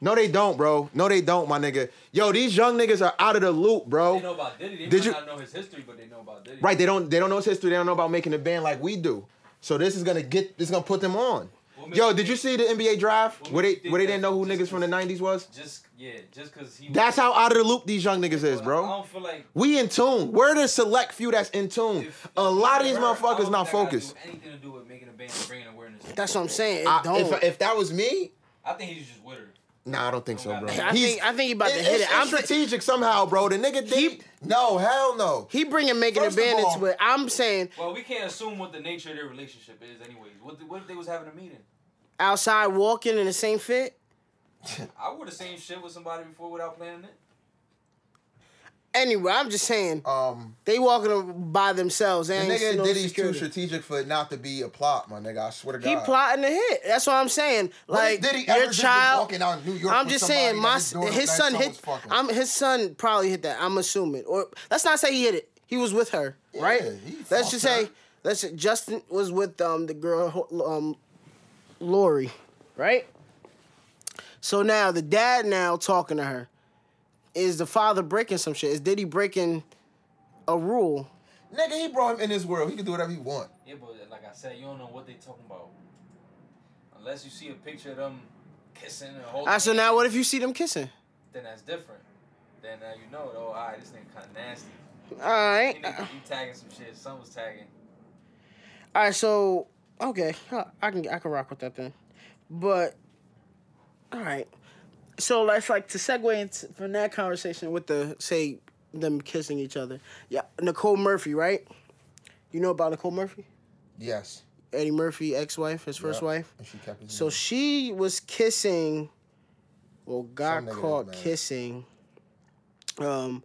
S1: No, they don't, bro. No, they don't, my nigga. Yo, these young niggas are out of the loop, bro.
S4: They know about Diddy. They
S1: Did
S4: might
S1: you-
S4: not know his history, but they know about Diddy.
S1: right? They don't. They don't know his history. They don't know about making a band like we do. So this is gonna get. This is gonna put them on.
S4: What makes
S1: Yo,
S4: you
S1: did you
S4: think-
S1: see the NBA draft
S4: What
S1: where
S4: makes
S1: they
S4: you think
S1: where they
S4: that
S1: didn't know who
S4: just
S1: niggas from the '90s was?
S4: Just yeah, just cause he.
S1: That's how out of the loop these young niggas is, bro.
S4: I don't feel like
S1: We in tune. We're the select few that's in tune.
S4: if-
S1: Hmm. A lot of these
S4: I don't
S1: motherfuckers
S4: think
S1: not
S4: that gotta do
S1: focused.
S4: Anything to do with making a band and bringing awareness.
S2: That's what I'm saying. It
S1: I-
S2: don't.
S1: if, if that was me,
S4: I think he's just with her.
S1: nah, I don't think so, bro.
S4: I
S2: I
S1: He's-
S2: think I think he about to
S1: it-
S2: hit
S1: it's
S2: it. I'm thi-
S1: strategic somehow, bro. The nigga
S2: He-
S1: did. No, hell no.
S2: he bringing making
S1: First of
S2: advantage
S1: all-
S2: into it. I'm saying
S4: Well, we can't assume what the nature of their relationship is, anyways. What, what if they was having a meeting?
S2: outside walking in the same fit.
S4: I would have same shit with somebody before without planning it.
S2: Anyway, I'm just saying
S1: Um,
S2: they walking by themselves. They
S1: the
S2: ain't see
S1: nigga
S2: no
S1: Diddy's too
S2: security.
S1: strategic for it not to be a plot, my nigga. I swear to God.
S2: He plotting to hit. That's what I'm saying.
S1: What
S2: Like
S1: if Diddy ever
S2: your
S1: just been
S2: child.
S1: walking out in New York
S2: I'm
S1: with
S2: just
S1: somebody
S2: saying,
S1: that
S2: my
S1: his daughter
S2: his
S1: that
S2: son
S1: son
S2: hit.
S1: was fucking?
S2: I'm his son probably hit that. I'm assuming, or let's not say he hit it. He was with her,
S1: Yeah,
S2: right?
S1: he
S2: Let's
S1: fucked
S2: just
S1: her.
S2: say, let's say Justin was with um the girl who- um Lori, right? So now the dad now talking to her. Is the father breaking some shit? Is Diddy breaking a rule?
S1: Nigga, he brought him in this world. He can do whatever he want.
S4: Yeah, but like I said, you don't know what they talking about unless you see a picture of them kissing and
S2: All
S4: holding.
S1: Ah,
S2: right, so
S4: hands,
S2: now what if you see them kissing?
S4: Then that's different. Then now you know, though. All right, this nigga kind of nasty.
S2: All
S4: He
S2: right.
S4: nigga, you tagging some shit. Some was tagging.
S2: All right, so okay, I- I can I can rock with that then, but all right, so let's like to segue into, from that conversation with the say them kissing each other. Yeah, Nicole Murphy, right? You know about Nicole Murphy,
S1: Yes.
S2: Eddie Murphy, ex-wife, his first
S1: Yeah. Mm-hmm.
S2: wife.
S1: And she kept his
S2: So
S1: name.
S2: she was kissing, well, got
S1: Some nigga
S2: caught
S1: that's mad.
S2: kissing. Um,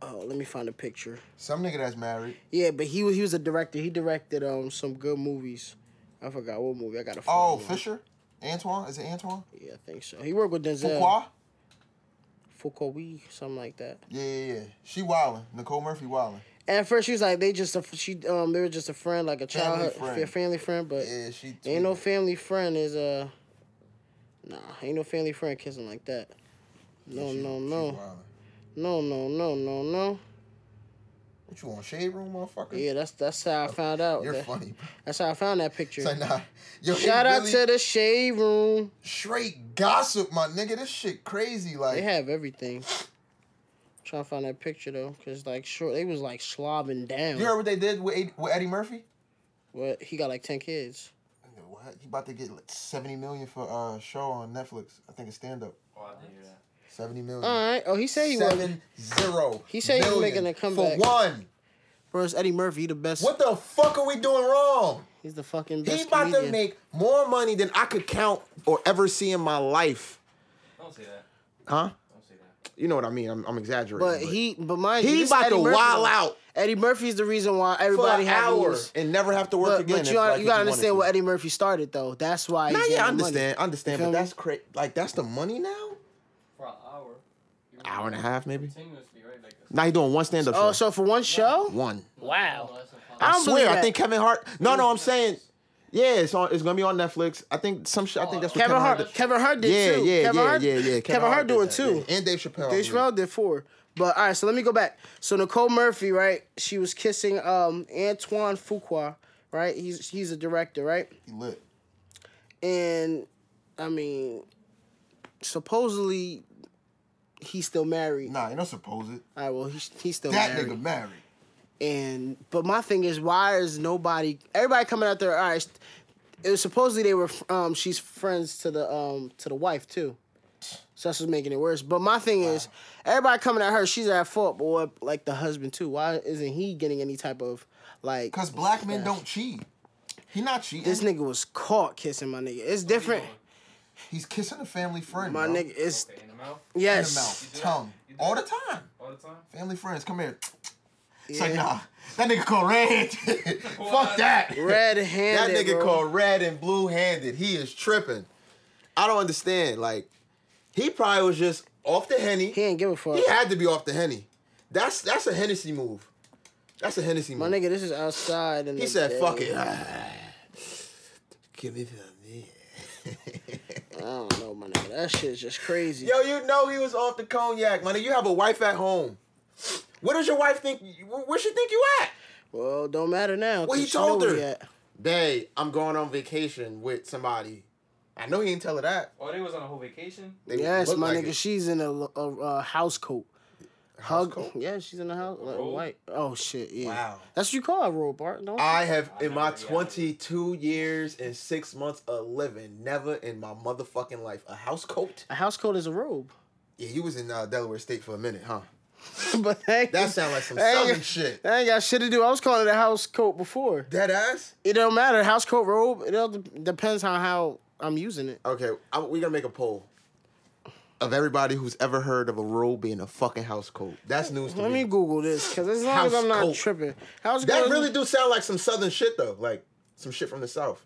S2: oh, let me find a picture.
S1: Some nigga that's married.
S2: Yeah, but he was he was a director. He directed um some good movies. I forgot what movie. I got a
S1: Oh, Fisher? Antoine? Is it Antoine?
S2: Yeah, I think so. He worked with Denzel.
S1: Fuqua?
S2: Fuqua, something like that.
S1: Yeah, yeah, yeah. She wildin'. Nicole Murphy wildin'.
S2: And at first she was like they just a she um they were just a friend like a
S1: Family
S2: childhood
S1: friend.
S2: fa- family friend, but
S1: Yeah, she.
S2: ain't no
S1: tweaking.
S2: family friend is uh nah ain't no family friend kissing like that. No
S1: Yeah, she-
S2: no
S1: she
S2: no
S1: wildin'.
S2: no no no no no.
S1: What you on shade room, motherfucker?
S2: Yeah, that's that's how I found out.
S1: You're
S2: that-
S1: funny, bro.
S2: That's how I found that picture.
S1: It's like, nah. Yo, it
S2: Shout out
S1: really
S2: to the shade room.
S1: straight gossip, my nigga. This shit crazy. Like,
S2: They have everything. Trying to find that picture though, cause like sure they was like slobbing down.
S1: you heard what they did with Ed- with Eddie Murphy?
S2: What he got like ten kids.
S1: Nigga, What? He about to get like seventy million for a show on Netflix. I think it's stand up.
S4: Oh, I didn't hear that.
S1: Seventy million.
S2: All right. Oh, he said he was.
S1: Seven zero.
S2: He said he was
S1: million
S2: making a comeback.
S1: for one.
S2: Bro, it's Eddie Murphy. He the best.
S1: What the fuck are we doing wrong?
S2: He's the fucking best.
S1: He about to
S2: comedian.
S1: make more money than I could count or ever see in my life,
S4: Don't say that.
S1: huh?
S4: Don't say that.
S1: You know what I mean? I'm, I'm exaggerating.
S2: But he, but mind you,
S1: he
S2: this is
S1: about
S2: Eddie
S1: to
S2: Murphy,
S1: wild
S2: though.
S1: out
S2: Eddie Murphy's the reason why
S1: for
S2: everybody
S1: an
S2: had
S1: hour
S2: these-
S1: and never have to work
S2: But,
S1: again.
S2: but you,
S1: if,
S2: are-
S1: like,
S2: you
S1: if
S2: gotta
S1: wanted
S2: understand
S1: to.
S2: where Eddie Murphy started though. That's why.
S1: Nah,
S2: he's
S1: yeah, I
S2: getting the money.
S1: understand, I understand,
S2: You
S1: but
S2: feel me?
S1: that's crazy. Like that's the money now.
S5: for an hour. You were
S1: Hour and a half maybe.
S5: Continuously, right? Like a
S1: Now he doing one stand up
S2: Oh,
S1: show.
S2: so for one show?
S1: one.
S5: Wow.
S1: I,
S2: don't believe
S1: swear, I
S2: that.
S1: think Kevin Hart. No, no, I'm saying, yeah, it's on. It's gonna be on Netflix. I think some shit. I think that's what
S2: Kevin Hart.
S1: did.
S2: Kevin Hart did
S1: yeah,
S2: too.
S1: yeah,
S2: Kevin
S1: yeah,
S2: Hart,
S1: yeah, yeah.
S2: Kevin Hart doing
S1: did that,
S2: two.
S1: yeah. and Dave Chappelle. I
S2: Dave
S1: believe.
S2: Chappelle did four. But all right, so let me go back. So Nicole Murphy, right? She was kissing um Antoine Fuqua, right? He's he's a director, right?
S6: He lit.
S2: And I mean, supposedly he's still married.
S6: Nah, you don't suppose it.
S2: All right, well he's he's still
S6: that
S2: married.
S6: nigga married.
S2: And but my thing is, why is nobody? Everybody coming out there. All right, it was supposedly they were. Um, she's friends to the um to the wife too. So that's what's making it worse. But my thing is, everybody coming at her, she's at fault. But what, like the husband too? Why isn't he getting any type of like?
S6: Cause black men don't cheat. He not cheating.
S2: This nigga was caught kissing my nigga. It's different.
S6: He's kissing a family friend.
S2: My
S6: bro.
S2: nigga, it's
S4: Okay, in the mouth
S6: In the
S2: yes.
S6: mouth, tongue, all the time.
S4: all the time.
S6: Family friends, come here. It's like
S2: Yeah.
S6: nah, that nigga called red. Fuck
S4: What?
S6: that.
S2: Red
S1: That
S2: handed.
S1: nigga
S2: bro.
S1: called red and blue handed. He is tripping. I don't understand. Like, he probably was just off the henny.
S2: He ain't give a fuck.
S1: He had to be off the henny. That's that's a Hennessy move. That's a Hennessy
S2: My
S1: move.
S2: nigga, this is outside. And
S1: he said, "Fuck it." Give me the meat.
S2: I don't know, my nigga. That shit is just crazy.
S1: Yo, you know he was off the cognac, money. You have a wife at home. What does your wife think? Where she think you at?
S2: Well, don't matter now.
S1: Well,
S2: 'cause
S1: he
S2: she
S1: told
S2: know where
S1: her.
S2: he at.
S1: Babe, I'm going on vacation with somebody. I know he didn't tell her that.
S4: Oh, they was on a whole vacation.
S1: They
S2: Yes,
S1: look
S2: my
S1: like
S2: nigga,
S1: it.
S2: she's in a, lo- a, a house coat. Hug.
S1: coat?
S2: Yeah, she's in a house. Like,
S4: Robe?
S2: white. Oh shit. Yeah.
S1: Wow. Uh,
S2: That's what you call a robe, Bart. Don't.
S1: I have in my
S4: I know, yeah.
S1: 22 years and six months of living, never in my motherfucking life a house coat.
S2: a house coat is a robe.
S1: Yeah, you was in uh, Delaware State for a minute, huh?
S2: but that,
S1: That sound like some
S2: Hey.
S1: southern shit.
S2: that ain't got shit to do. I was calling it a house coat before.
S1: Dead ass.
S2: It don't matter. House coat, robe. It all de- depends on how I'm using it.
S1: Okay, I, we gotta make a poll of everybody who's ever heard of a robe being a fucking house coat. That's news to
S2: Let me
S1: me.
S2: Google this, cause as long
S1: House
S2: as I'm not
S1: coat.
S2: tripping, house
S1: That
S2: coat-
S1: really do sound like some southern shit though, like some shit from the south.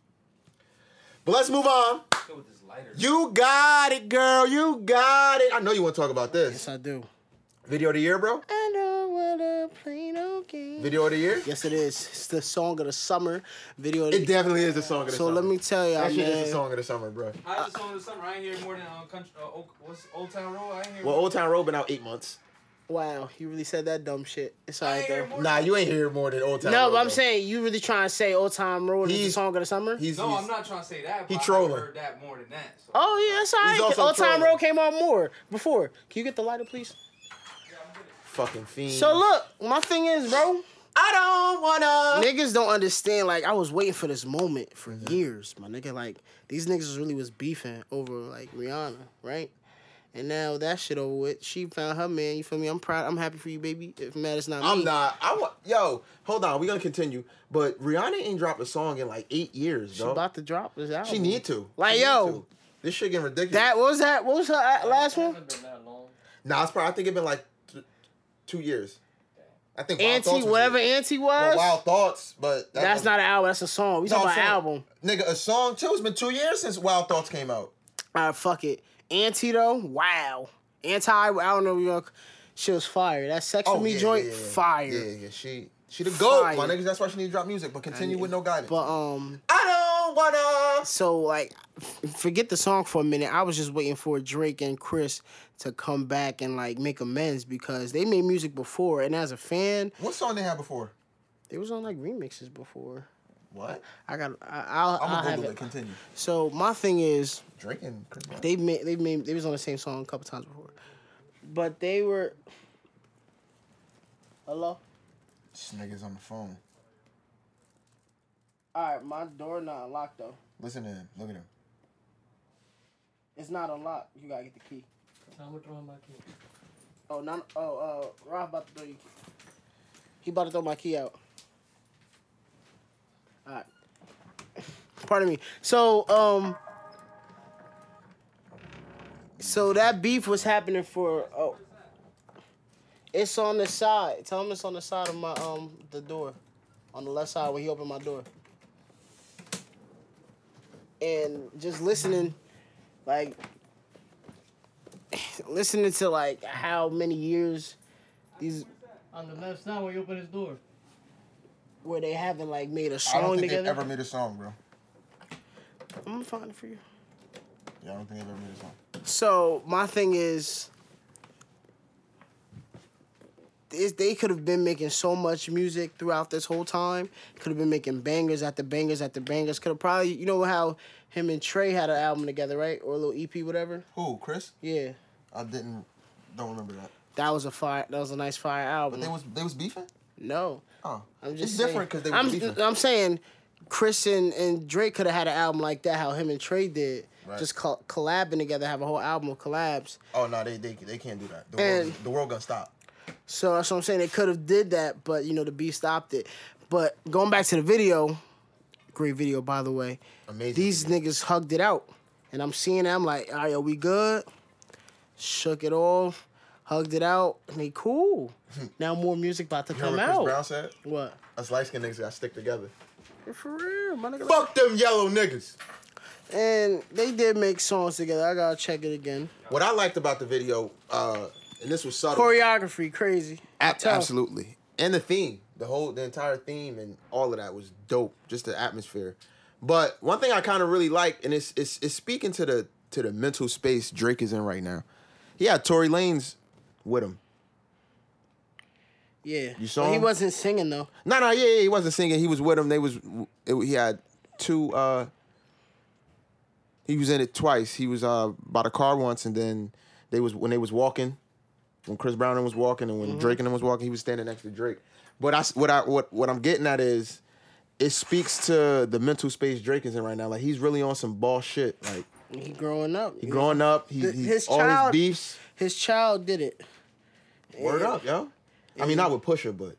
S1: But let's move on.
S4: Go with this lighter.
S1: You got it, girl. You got it. I know you want to talk about
S2: Yes,
S1: this.
S2: I do.
S1: Video of the year, bro.
S2: I don't wanna play no game.
S1: Video of the year.
S2: Yes, it is. It's the song of the summer video. of the-
S1: It definitely is a song of the
S2: so
S1: summer.
S2: let me tell y'all,
S1: That shit
S2: man.
S1: is a song of the summer, bro.
S4: I just on the summer. I ain't hear more than uh, country. Uh, old, what's Old Town Road? I ain't hear.
S1: Well, Old Town Road been out eight months.
S2: Wow, you really said that dumb shit. It's alright
S4: hear
S2: though.
S4: more-
S1: Nah, you ain't hear more than Old Town Road.
S2: No, but I'm
S1: though.
S2: saying you really trying to say old time road is the
S1: He's-
S2: song of the summer.
S1: he's,
S4: no,
S1: he's-
S4: I'm not trying to say that.
S1: He
S4: But
S1: trolling.
S4: I heard that more than that. So.
S2: Oh yeah, that's
S1: He's
S2: alright.
S1: also
S2: Old time
S1: trolling.
S2: road came out more before. Can you get the lighter, please?
S1: fucking fiend.
S2: So look, my thing is, bro,
S1: I don't wanna.
S2: niggas don't understand. Like I was waiting for this moment for years, my nigga. Like these niggas really was beefing over like Rihanna, right? And now that shit over with. She found her man. You feel me? I'm proud. I'm happy for you, baby. If mad, it's not me.
S1: I'm not. I want. Yo, hold on. We gonna continue. But Rihanna ain't dropped a song in like eight years,
S2: She
S1: though.
S2: about to drop this album.
S1: she need to.
S2: Like,
S1: She need
S2: yo.
S1: to. this shit getting ridiculous.
S2: That what was that. What was her uh, last one?
S5: Haven't been that long.
S1: nah, it's probably. I think it been like th- two years. I think. Wild Thoughts
S2: Auntie,
S1: was
S2: whatever
S1: it.
S2: Auntie
S1: Well,
S2: was.
S1: Wild thoughts, but that
S2: That's
S1: was-
S2: not an album. That's a song. We
S1: No,
S2: talking
S1: I'm
S2: about
S1: saying,
S2: album.
S1: Nigga, a song too. It's been two years since Wild Thoughts came out.
S2: All right, fuck it. Auntie though, wow. Anti, I don't know. You know, she was fire. That sex with me joint, fire.
S1: Oh, Yeah, yeah, she she the goat, my
S2: Fire.
S1: niggas. That's why she need to drop music, but continue with no guidance.
S2: But um,
S1: I don't wanna.
S2: so like, f- forget the song for a minute. I was just waiting for Drake and Chris to come back and like make amends because they made music before, and as a fan,
S1: What song they had before?
S2: they was on like remixes before.
S1: What?
S2: I got. I, I'll.
S1: I'm
S2: I'll
S1: gonna
S2: have
S1: Google it.
S2: it.
S1: Continue.
S2: So my thing is,
S1: Drake and Chris Brown.
S2: They made they made they was on the same song a couple times before, but they were. Hello.
S1: This niggas on the phone.
S2: All right, my door not unlocked though.
S1: Listen to him. Look at him.
S2: It's not unlocked. You gotta get the key.
S5: Time to draw my key.
S2: Oh, not. Oh, uh, Rob about to throw you. He about to throw my key out. All right. Pardon me. So, um. So that beef was happening for. Oh. It's on the side. Tell him it's on the side of my um the door, on the left side where he opened my door. And just listening, like listening to like how many years these
S7: On the left side where you open his door.
S2: where they haven't like made
S6: I
S2: a
S6: don't
S2: song
S6: think
S2: together.
S6: they ever made a song, bro.
S2: I'm gonna find it for you.
S6: Yeah, I don't think they've ever made a song.
S2: So my thing is, this, they could have been making so much music throughout this whole time. Could have been making bangers after bangers after bangers. Could have probably, you know how him and Trey had an album together, right? Or a little EP, whatever.
S6: Who, Chris?
S2: Yeah,
S6: I didn't. Don't remember that.
S2: that was a fire. That was a nice fire album.
S6: But they was they was beefing.
S2: no,
S6: Oh,
S2: Mm. I'm just
S6: it's
S2: saying-
S6: different because they
S2: I'm,
S6: was beefing.
S2: I'm saying Chris and, and Drake could have had an album like that. How him and Trey did,
S6: Right.
S2: just col- collabing together, have a whole album of collabs.
S6: Oh no, they they, they can't do that. The,
S2: And-
S6: world, the world gonna stop.
S2: So that's what I'm saying. They could have did that, but you know the beef stopped it. But going back to the video, great video by the way.
S6: Amazing.
S2: These niggas hugged it out, and I'm seeing it. I'm like, all right, are we good? Shook it off, hugged it out, and they cool. now more music about to
S6: You heard
S2: come
S6: what Chris
S2: out.
S6: Brown said?
S2: What?
S6: Us light skinned niggas gotta stick together.
S2: For real, my nigga.
S6: Fuck them yellow niggas.
S2: And they did make songs together. I gotta check it again.
S6: What I liked about the video, uh, and this was subtle.
S2: Choreography, crazy.
S1: Ab-
S2: Tough.
S1: absolutely.
S6: and the theme, the whole, the entire theme, and all of that was dope. Just the atmosphere.
S1: But one thing I kind of really like, and it's it's it's speaking to the to the mental space Drake is in right now. He had Tory Lanez with him.
S2: Yeah. You
S1: saw
S2: He
S1: him?
S2: wasn't singing though.
S1: No, no, yeah, yeah, he wasn't singing. He was with him. They was it, he had two. uh He was in it twice. He was uh by the car once, and then they was when they was walking, when Chris Brown and was walking, and
S2: Mm-hmm.
S1: when Drake and him was walking, he was standing next to Drake. But I s- what I what what I'm getting at is, it speaks to the mental space Drake is in right now. Like he's really on some ball shit. Like
S2: He growing up.
S1: he growing up, he,
S2: Th-
S1: he
S2: his
S1: all
S2: child-
S1: his beefs.
S2: His child did it.
S6: Word up, yo.
S1: I mean, not with Pusha, but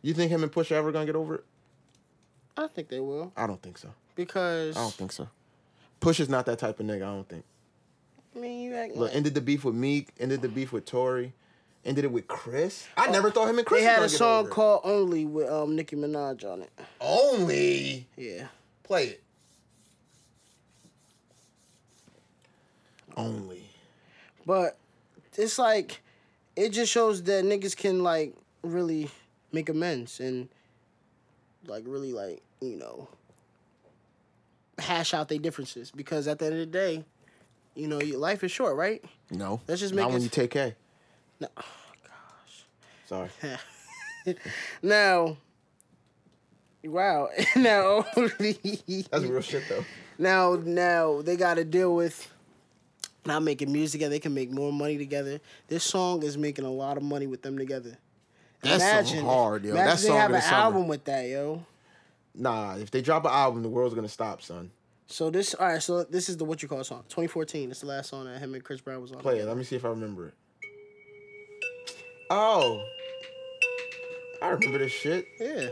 S1: you think him and Pusha ever gonna get over it?
S2: I think they will
S1: I don't think so.
S2: because
S1: I don't think so. Push is not that type of nigga. I don't think.
S2: I mean you act
S1: Look,
S2: like
S1: ended the beef with Meek. Ended the beef with Tory. Ended it with Chris. I never thought him and Chris.
S2: Oh, they had a
S1: was gonna get
S2: song
S1: over it.
S2: called "Only" with um Nicki Minaj on it.
S6: Only
S2: Yeah,
S6: play it.
S1: Only.
S2: but it's like it just shows that niggas can like really make amends and like really like you know hash out their differences because at the end of the day, you know your life is short, right?
S1: No.
S2: Let's just
S1: not
S2: make
S1: when
S2: it-
S1: you take K.
S2: No. Oh,
S1: Sorry.
S2: Now, wow, now only.
S6: That's real shit though.
S2: now now they got to deal with not making music together. They can make more money together. This song is making a lot of money with them together.
S1: That's so hard, yo.
S2: Imagine
S1: That
S2: they
S1: song
S2: have
S1: of the
S2: an
S1: summer.
S2: album with that, yo.
S1: Nah. If they drop an album, the world's gonna stop, son.
S2: So this, all right. So this is the what you call song, 2014. It's the last song that him and Chris Brown was on.
S1: Play it. Let me see if I remember it. Oh. I remember this shit.
S2: Yeah.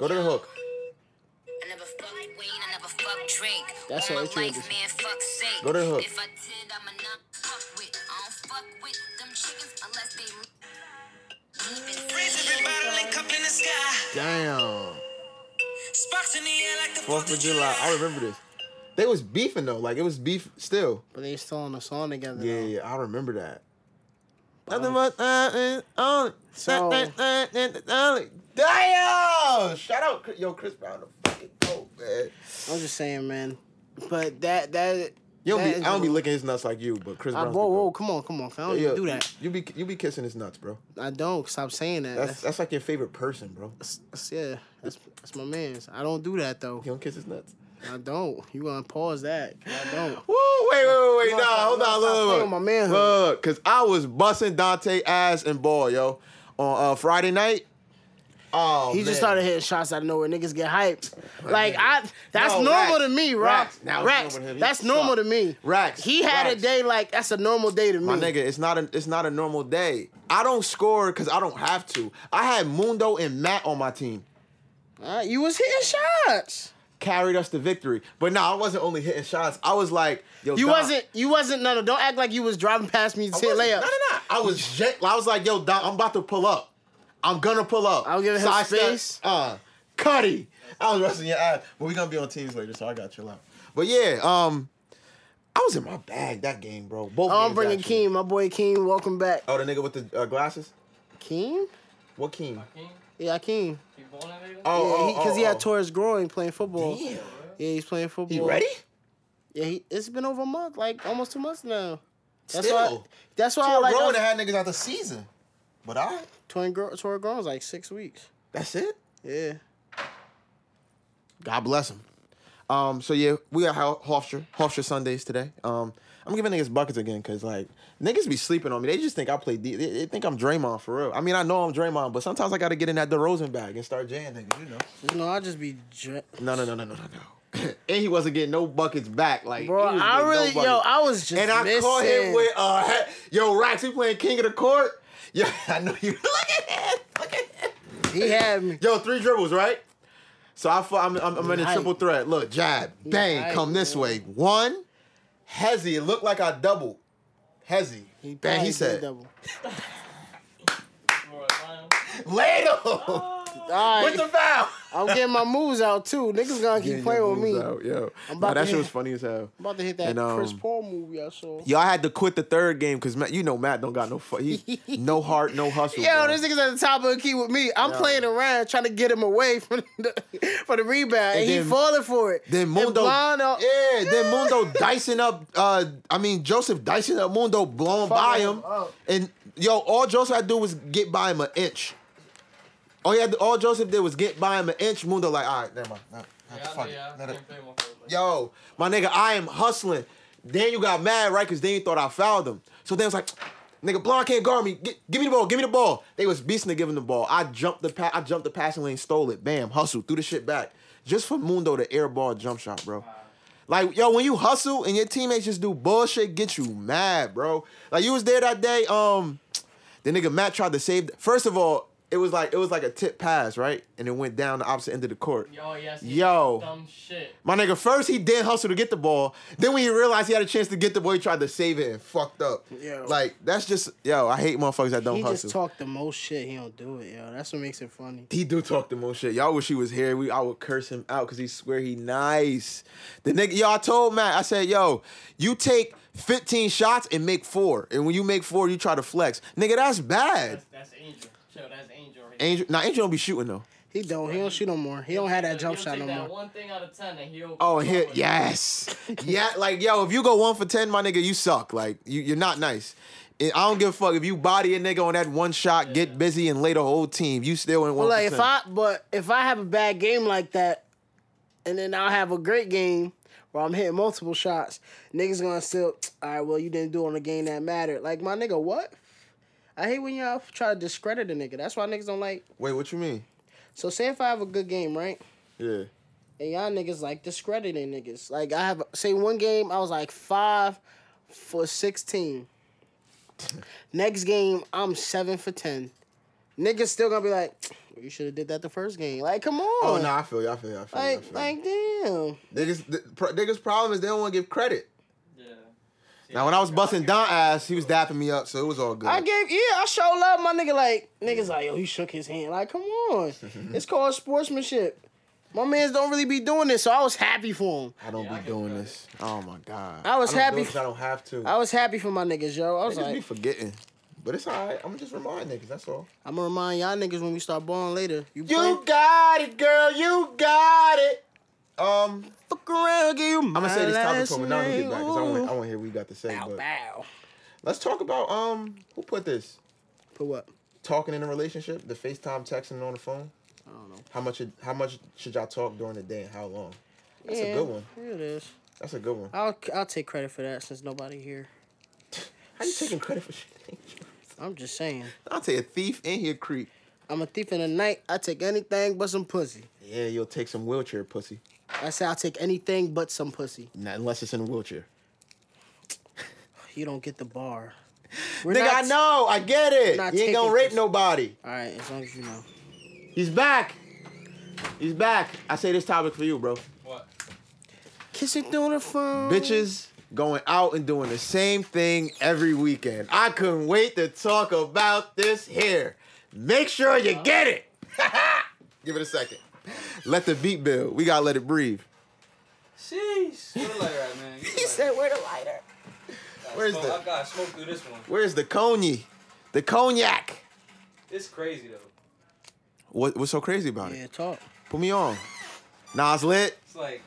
S1: Go to the hook.
S3: I never fuck Wayne, I never fuck Drake.
S2: That's
S3: All
S2: how
S3: my
S2: it changes.
S3: life, man, fuck sake.
S1: Go to the hook.
S3: If I did, I'ma not fuck with. I don't fuck with them chickens unless they Raising every bottle and cup in the sky.
S1: Damn.
S3: Sparks in the air like the
S1: Fourth of July. I remember this. They was beefing though. Like it was beef still.
S2: But they still on a song together.
S1: Yeah,
S2: though.
S1: yeah, I remember that. Nothing but uh, uh, only.
S2: So- uh,
S1: Damn! Shout out, Chris- yo, Chris Brown, the fucking dope, man.
S2: I'm just saying, man. But that that.
S1: You don't
S2: that
S1: be,
S2: is
S1: I don't be
S2: a-
S1: licking his nuts like you, but Chris
S2: I,
S1: Brown.
S2: whoa, whoa, come on, come on! I don't even do that.
S1: You be you be kissing his nuts, bro.
S2: I don't stop saying that.
S1: That's that's like your favorite person, bro.
S2: That's- that's- yeah, that's that's my man's. I don't do that though.
S1: You don't kiss his nuts.
S2: I don't. You gonna pause that? I don't.
S1: Woo! Wait, wait, wait, wait.
S2: You
S1: Nah,
S2: wanna stop-
S1: hold on,
S2: you wanna
S1: look,
S2: stop
S1: look,
S2: playing
S1: look.
S2: with my manhood.
S1: Look, cause I was busting Dante ass and ball, yo, on uh, Friday night. Oh,
S2: He
S1: man. Oh,
S2: just started hitting shots out of nowhere. Niggas get hyped. Like I, that's
S1: No,
S2: normal
S1: Rax.
S2: to me, Rock.
S1: Rax. Now it's
S2: Rax,
S1: normal to him. He
S2: that's normal to me.
S1: Rax.
S2: He had
S1: Rax.
S2: a day like that's a normal day to me.
S1: My nigga, it's not a it's not a normal day. I don't score because I don't have to. I had Mundo and Matt on my team.
S2: Uh, you was hitting shots.
S1: Carried us to victory. But no, I wasn't only hitting shots. I was like, yo,
S2: You
S1: Dom-
S2: wasn't. You wasn't. No, no. Don't act like you was driving past me to
S1: I
S2: hit
S1: wasn't-
S2: layups.
S1: No, no, no. I was jet, I was like, yo, Dom, I'm about to pull up. I'm gonna pull up.
S2: I was giving him
S1: Sidestep,
S2: space.
S1: Uh Cuddy.
S6: I was resting your ass, but we gonna be on teams later, so I got chill out.
S1: But yeah, um, I was in my bag that game, bro. Both
S2: Oh, I'm
S1: games,
S2: bringing
S1: actually.
S2: Keem, my boy Keem. Welcome back,
S1: Oh, the nigga with the uh, glasses?
S2: Keem.
S1: What Keem?
S5: King,
S2: Yeah, Keem.
S5: keep balling, nigga.
S1: Oh,
S2: yeah, because he, 'cause he had
S1: oh,
S2: tore his groin playing
S1: oh.
S2: football.
S1: Damn.
S2: Yeah, he's playing football.
S1: He ready?
S2: Yeah, he, it's been over a month, like almost two months now. That's
S1: Still.
S2: why. That's why
S6: Bro,
S2: I like.
S6: and they had niggas out the season. But I.
S2: Twin girl, tour girl's like six weeks.
S1: That's it.
S2: Yeah.
S1: God bless him. Um, so yeah, we got Ho- Hofstra, Hofstra Sundays today. Um, I'm giving niggas buckets again because like niggas be sleeping on me. They just think I play. D- they, they think I'm Draymond for real. I mean, I know I'm Draymond, but sometimes I gotta get in that DeRozan bag and start jaying niggas. You know?
S2: No, I just be. Dr-
S1: No, no, no, no, no, no, no. and he wasn't getting no buckets back. Like,
S2: Bro,
S1: he was
S2: I
S1: getting no
S2: really, yo,
S1: buckets.
S2: I was just
S1: and I
S2: missing.
S1: caught him with uh, he- yo, Rax, we playing King of the Court. Yeah, I know you. Look at him. Look at him.
S2: He had me.
S1: Yo, three dribbles, right? So I, fu- I'm, I'm, I'm in a
S2: Nice.
S1: triple threat. Look, jab, bang,
S2: Nice,
S1: come this
S2: man.
S1: way. One, Hezzy. It looked like I doubled. Hezzy.
S2: He
S1: bang,
S2: probably
S1: he
S2: did
S1: said,
S2: double.
S5: All right, Lionel.
S1: later.
S2: All
S1: With
S2: right,
S1: the foul.
S2: I'm getting my moves out too. Niggas gonna keep playing with me.
S1: yo.
S2: I'm about
S1: that
S2: to
S1: shit was
S2: hit-
S1: funny as hell.
S2: I'm about to hit that
S1: And,
S2: Chris
S1: um,
S2: Paul movie I saw.
S1: Y'all had to quit the third game because Matt, you know Matt don't got no fu- he, no heart, no hustle.
S2: Yo,
S1: bro.
S2: this nigga's at the top of the key with me. I'm
S1: Yo.
S2: playing around trying to get him away from the, for the rebound, and,
S1: then-
S2: he falling for it.
S1: Then Mundo,
S2: and Blano,
S1: yeah. Then Mundo dicing up. Uh, I mean Joseph dicing up Mundo, blowing by
S2: him
S1: him,
S2: up.
S1: and yo, all Joseph had to do was get by him an inch. All he had, to- all Joseph did was get by him an inch. Mundo like, all right, never mind. Nah, nah,
S5: Yeah, I
S1: fuck
S5: know,
S1: it.
S5: yeah, I
S1: Nah, nah.
S5: can't play my first leg.
S1: Yo, my nigga, I am hustling. Then you got mad, right? Cause then you thought I fouled him. So then it was like, nigga, Blond can't guard me. Gi- give me the ball. Give me the ball. They was beasting to give him the ball. I jumped the pa- I jumped the passing lane, stole it. Bam, hustle, threw the shit back. Just for Mundo to airball jump shot, bro. Like, yo, when you hustle and your teammates just do bullshit, get you mad, bro. Like you was there that day, um, the nigga Matt tried to save. First of all, it was like it was like a tip pass, right? And it went down the opposite end of the court.
S5: Yo, yes.
S1: Yo.
S5: Dumb shit.
S1: My nigga, first he did hustle to get the ball. Then when he realized he had a chance to get the ball, he tried to save it and fucked up.
S2: Yo.
S1: Like, that's just, yo, I hate motherfuckers that don't
S2: he
S1: hustle.
S2: just talk the most shit. He don't do it, yo. That's what makes it funny.
S1: he do talk the most shit. Y'all wish he was here. We I would curse him out because he swear he nice. The nigga, yo, I told Matt, I said, yo, you take 15 shots and make four. And when you make four, you try to flex. Nigga, that's bad.
S5: That's, that's Angel. Chill, that's Angel right
S1: Angel, now Angel don't be shooting though.
S2: He don't. He don't shoot no more. He don't have that jump shot no
S5: that
S2: more.
S5: one thing out of ten and he'll.
S1: Oh, and here, yes, yeah. Like, yo, if you go one for ten, my nigga, you suck. Like, you, you're not nice. And I don't give a fuck if you body a nigga on that one shot, get busy and lay the whole team. You still in one.
S2: But
S1: for
S2: like if
S1: 10.
S2: I, but if I have a bad game like that, and then I'll have a great game where I'm hitting multiple shots, niggas gonna still. All right, well you didn't do it on the game that mattered. Like my nigga, what? I hate when y'all try to discredit a nigga. That's why niggas don't like.
S1: wait, what you mean?
S2: So say if I have a good game, right?
S1: Yeah,
S2: And y'all niggas like discrediting niggas. Like I have say one game I was like five for sixteen. Next game I'm seven for ten. Niggas still gonna be like, you should have did that the first game. Like come
S6: Oh,
S2: on.
S6: no, I feel you. I feel you. I feel you. I
S2: Like
S6: feel
S2: like damn.
S6: you. Niggas, the, pro- niggas' problem is they don't want to give credit.
S5: Yeah.
S1: Now when I was busting Don ass, he was dapping me.
S6: Me up, so it was all good.
S2: I gave yeah, I show love my nigga like niggas like yo he shook his hand. Like come on. it's called sportsmanship. My mans don't really be doing this, so I was happy for him.
S1: I don't
S5: Yeah, I
S1: be
S5: get
S1: doing
S5: credit.
S1: this. Oh my god.
S2: I
S6: I don't do
S2: was
S6: it
S2: happy
S6: 'cause I don't have to.
S2: I was happy for my niggas, yo. I was
S1: Niggas
S2: like
S1: be forgetting.
S6: but it's all right. I'm going to just remind niggas. That's all.
S2: I'm gonna remind y'all niggas when we start balling later. You, playing-
S1: You got it, girl. You got it.
S6: Um,
S2: fuck around, give you I'm
S6: I'm gonna say this topic for now to get back because I want I want to hear what you got to say.
S2: Bow,
S6: But
S2: bow.
S6: let's talk about um who put this
S2: For what?
S6: talking in a relationship, the FaceTime texting on the phone.
S2: I don't know.
S6: How much how much should y'all talk during the day and how long? That's
S2: yeah,
S6: a good one.
S2: Here it is.
S6: That's a good one.
S2: I'll I'll take credit for that since nobody here.
S6: How you taking credit for shit?
S2: I'm just saying.
S1: I'll tell you, thief in here creep.
S2: I'm a thief in the night. I take anything but some pussy.
S6: Yeah, you'll take some wheelchair pussy.
S2: I say I'll take anything but some pussy.
S6: Not unless it's in a wheelchair.
S2: You don't get the bar. We're
S1: Nigga,
S2: not-
S1: I know. I get it.
S2: not
S1: You ain't gonna
S2: taking
S1: rape
S2: this.
S1: nobody.
S2: All right, as long as you know.
S1: He's back. He's back. I say this topic for you, bro.
S4: What?
S2: Kissing through the phone.
S1: bitches going out and doing the same thing every weekend. I couldn't wait to talk about this here. Make sure you get it.
S6: Give it a second.
S1: Let the beat build. We gotta let it breathe.
S4: Sheesh. Where the lighter at, man? He
S1: "Where the lighter? where's the-
S4: I got smoke through this one.
S1: Where's the cognac? The cognac.
S4: It's crazy though.
S1: What, what's so crazy about
S2: Yeah,
S1: it?
S2: talk.
S1: Put me on. Nas lit.
S4: It's like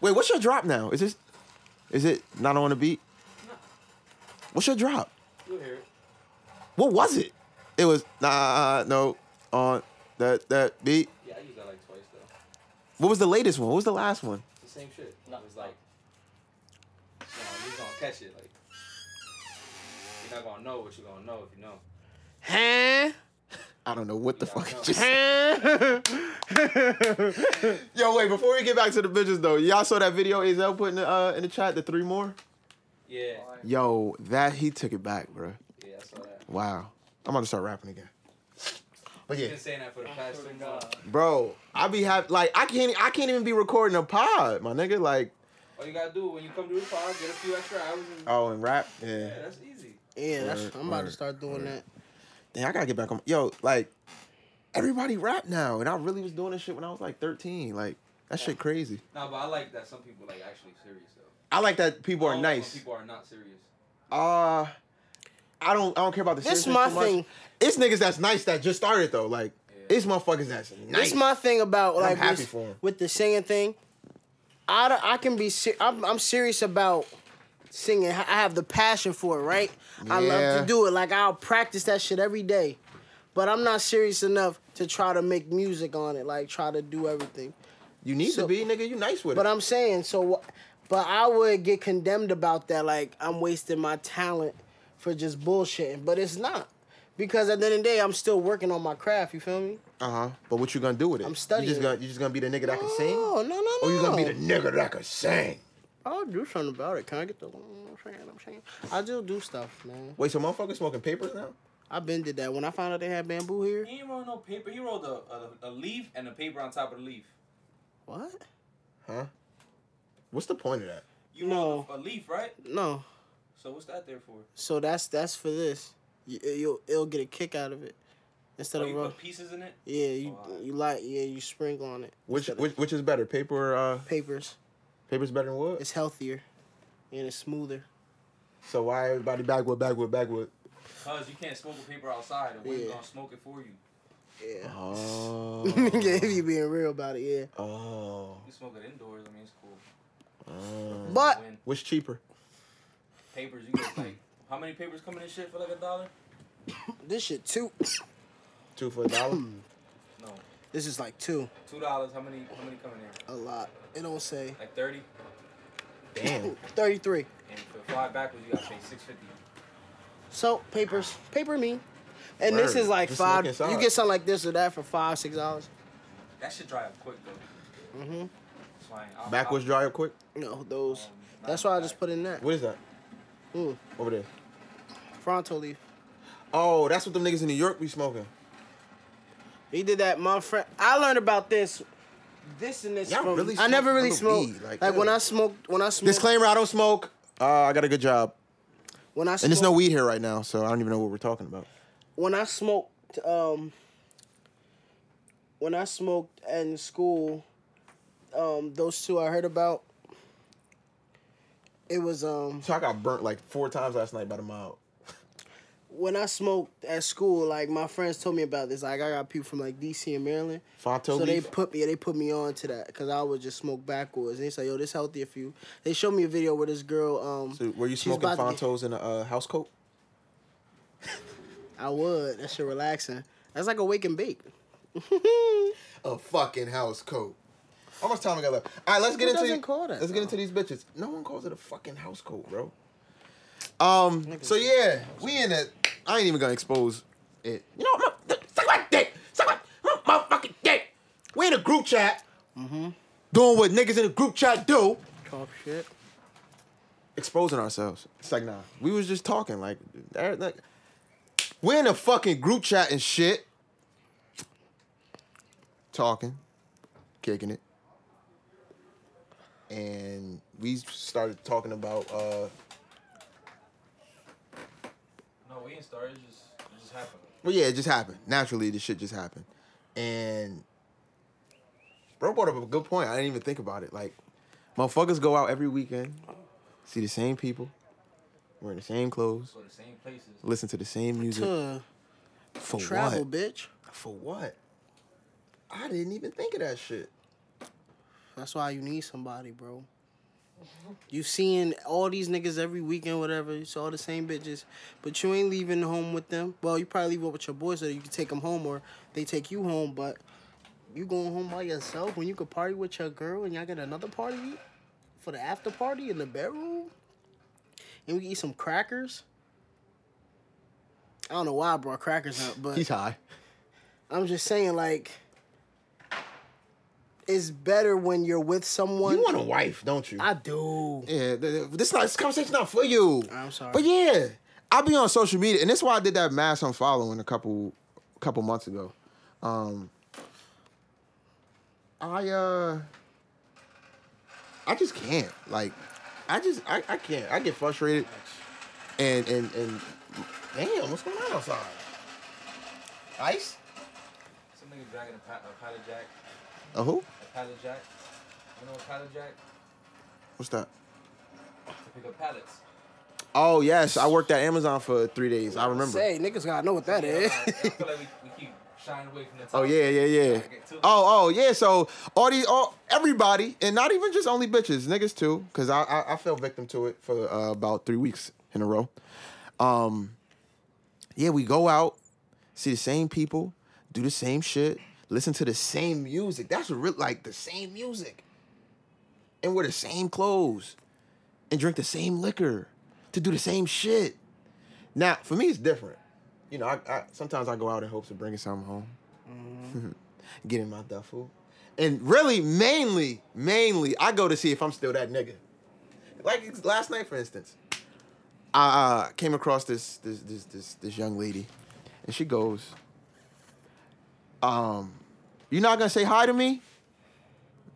S1: Wait, what's your drop now? Is this? Is it not on the beat? What's your drop?
S4: you hear it.
S1: What was it? It was nah no on that that beat.
S4: Yeah, I used that like twice though.
S1: What was the latest one? What was the last one?
S4: It's the same shit.
S5: No.
S4: It was like, no, you gonna catch it. Like, you're not gonna know what you're gonna know if you know.
S2: Huh?
S1: I don't know what the
S4: Yeah,
S1: fuck
S4: I
S1: you
S4: know.
S1: just
S2: Huh?
S1: Yo, wait, before we get back to the bitches though, y'all saw that video Azel put in the uh, in the chat, the three more?
S4: Yeah,
S1: Yo, that he took it back, bro.
S4: yeah, I saw that.
S1: Wow. I'm about to start rapping again. But yeah.
S4: Been saying that for the
S5: Oh,
S4: past two months.
S1: Bro, I be happy like I can't I can't even be recording a pod, my nigga. Like
S4: All you gotta do when you come to the pod, get a few extra hours and
S1: oh and rap.
S4: yeah,
S1: Yeah.
S4: that's easy.
S2: Yeah, that's,
S1: Word,
S2: I'm about to
S1: word,
S2: start doing
S1: word.
S2: that.
S1: Dang, I gotta get back on yo, like everybody rap now. And I really was doing this shit when I was like 13. Like that shit crazy.
S4: Nah, but I like that some people like actually serious though.
S1: I like that people
S4: I
S1: are
S4: don't like when
S1: nice.
S4: Oh, People are not serious.
S1: Uh I don't I don't care about the
S2: This
S1: seriousness
S2: my
S1: too much.
S2: thing.
S1: It's niggas that's nice that just started though. Like
S4: Yeah.
S1: it's motherfuckers that's nice.
S2: That's my thing about
S1: I'm
S2: like
S1: happy
S2: this-
S1: for 'em.
S2: with the singing thing. I, don't- I can be se- I'm, I'm serious about singing. I have the passion for it, right? I love
S1: Yeah.
S2: to do it. Like I'll practice that shit every day. But I'm not serious enough to try to make music on it, like try to do everything.
S1: you need
S2: so-
S1: to be nigga. You nice with
S2: But
S1: it.
S2: I'm saying so wh- but I would get condemned about that like I'm wasting my talent for just bullshitting, but it's not. Because at the end of the day, I'm still working on my craft, you feel me?
S1: Uh huh. But what you gonna do with it?
S2: I'm studying
S1: You just
S2: it.
S1: gonna you just gonna be the nigga that can sing,
S2: Oh, no, no, no.
S1: or you gonna be the nigga that can sing?
S2: I'll do something about it. Can I get the? I'm saying, I'm saying. I do do stuff, man.
S1: Wait, so motherfuckers smoking papers now?
S2: I've been did that. When I found out they had bamboo here,
S4: He ain't roll no paper. He rolled a, a, a leaf and a paper on top of the leaf.
S2: what?
S1: Huh? What's the point of that?
S4: You
S2: No.
S4: rolled a, a leaf, right?
S2: No.
S4: So what's that there for?
S2: So that's that's for this. You, you'll it'll get a kick out of it instead
S4: Oh,
S2: of
S4: you
S2: rough.
S4: put pieces in it.
S2: Yeah, you
S4: Oh, alright.
S2: you like yeah you sprinkle on it.
S1: Which
S2: instead of
S1: which, which is better, paper or uh,
S2: papers?
S1: papers better than wood?
S2: It's healthier, and it's smoother.
S1: So why everybody backwood, backwood, backwood?
S4: Cause you can't smoke a paper outside. The wind's
S2: Yeah.
S4: gonna smoke it for you.
S2: Yeah.
S1: Oh.
S2: yeah, if you being real about it, yeah.
S1: oh.
S4: You smoke it indoors. I mean, it's cool.
S1: Oh.
S2: But
S4: When
S1: What's cheaper?
S4: papers, you get like how many papers come in this shit for like a dollar?
S2: this shit two.
S1: Two for a dollar?
S4: No,
S2: This is like two.
S4: two dollars. How many? How many come in there?
S2: A lot. It don't say.
S4: Like thirty.
S1: Damn.
S2: Thirty three.
S4: And for five backwards, you gotta pay six fifty.
S2: So papers, paper me, and this
S1: Word.
S2: is like
S1: Just
S2: five.
S1: look inside.
S2: You get something like this or that for five, six dollars.
S4: That should dry up quick though.
S2: Mhm.
S4: So I ain't- I'll-
S1: Backwards dry up quick.
S2: You know those.
S4: Um,
S2: That's
S4: not
S2: why I just
S4: bad.
S2: put in that
S1: What is that?
S2: Ooh.
S1: Over there.
S2: fronto leaf.
S1: Oh, that's what them niggas in New York be smoking.
S2: He did that. My friend, I learned about this. This and this.
S1: Y'all
S2: from-
S1: really
S2: I never
S1: smoke
S2: really
S1: hella
S2: smoked.
S1: weed,
S2: Like,
S1: like,
S2: when
S1: ugh.
S2: I smoked, when I smoked,
S1: Disclaimer: I don't smoke. Uh, I got a good job,
S2: when I smoked,
S1: and there's no weed here right now, so I don't even know what we're talking about.
S2: when I smoked, um, when I smoked in school, um, those two I heard about. It was um.
S1: So I got burnt like four times last night by the mob.
S2: when I smoked at school, like my friends told me about this. Like I got people from like DC and Maryland,
S1: Fonto
S2: so they
S1: leaf.
S2: put me, they put me on to that because I would just smoke backwards. And they said, "Yo, this healthy if you." They showed me a video where this girl, um,
S1: so were you
S2: she's
S1: smoking
S2: about to get-
S1: Fontos in a uh, house coat?
S2: I would. That shit relaxing. That's like a wake and bake.
S1: A fucking house coat. How much time I got left? All right, let's get
S2: Who
S1: into
S2: doesn't
S1: the-
S2: call that,
S1: Let's get
S2: though?
S1: into these bitches. No one calls it a fucking house coat, bro. Um. So yeah, we in it. I ain't even gonna expose it. You know, what? Look, suck my dick. Suck my, my motherfucking dick. We in a group chat. Mm-hmm. Doing what niggas in a group chat do.
S2: Talk shit.
S1: exposing ourselves. It's like, nah, we was just talking. Like, eh, like, we're in a fucking group chat and shit. Talking, kicking it. And we started talking about, uh,
S4: No, we ain't started. It just, it just happened.
S1: well, yeah, it just happened. Naturally, this shit just happened. And bro brought up a good point. I didn't even think about it. Like, motherfuckers go out every weekend, see the same people, wearing the same clothes,
S4: Go to the same places.
S1: listen to the same music.
S2: To
S1: For
S2: travel,
S1: Oh, what?
S2: bitch.
S1: For what? I didn't even think of that shit.
S2: That's why you need somebody, bro. You seeing all these niggas every weekend, whatever. You saw all the same bitches, but you ain't leaving home with them. Well, you probably leave with your boys so that you can take them home or they take you home. But you going home by yourself when you could party with your girl and y'all get another party for the after party in the bedroom, and we eat some crackers. I don't know why I brought crackers up, but
S1: He's high.
S2: I'm just saying like. It's better when you're with someone.
S1: You want a wife, don't you?
S2: I do.
S1: yeah, th- th- this not this conversation's not for you.
S2: I'm sorry.
S1: But yeah, I be on social media, and that's why I did that mass unfollowing a couple couple months ago. Um, I uh, I just can't. Like, I just I, I can't. I get frustrated, and and and damn, what's going on outside? Ice?
S4: Some nigga dragging a, pa- a pallet jack.
S1: A who?
S4: A pallet jack. You know a pallet jack?
S1: What's that?
S4: To pick up pallets.
S1: Oh yes, I worked at Amazon for three days. I remember.
S2: Say niggas gotta know what that is.
S4: I feel like we, we keep shying away from the
S1: Oh
S4: topic.
S1: yeah, yeah, yeah.
S4: Trying to get to it.
S1: Oh, oh yeah. So all these, all everybody, and not even just only bitches, niggas too, because I, I I fell victim to it for uh, about three weeks in a row. Um, yeah, we go out, see the same people, do the same shit, listen to the same music. That's what real like the same music, and wear the same clothes, and drink the same liquor, to do the same shit. Now for me, it's different. You know, I, I sometimes I go out in hopes of bringing something home get in my duffel. And really, mainly, mainly, I go to see if I'm still that nigga. Like last night, for instance, I uh, came across this this this this this young lady, and she goes, "Um, you're not gonna say hi to me?"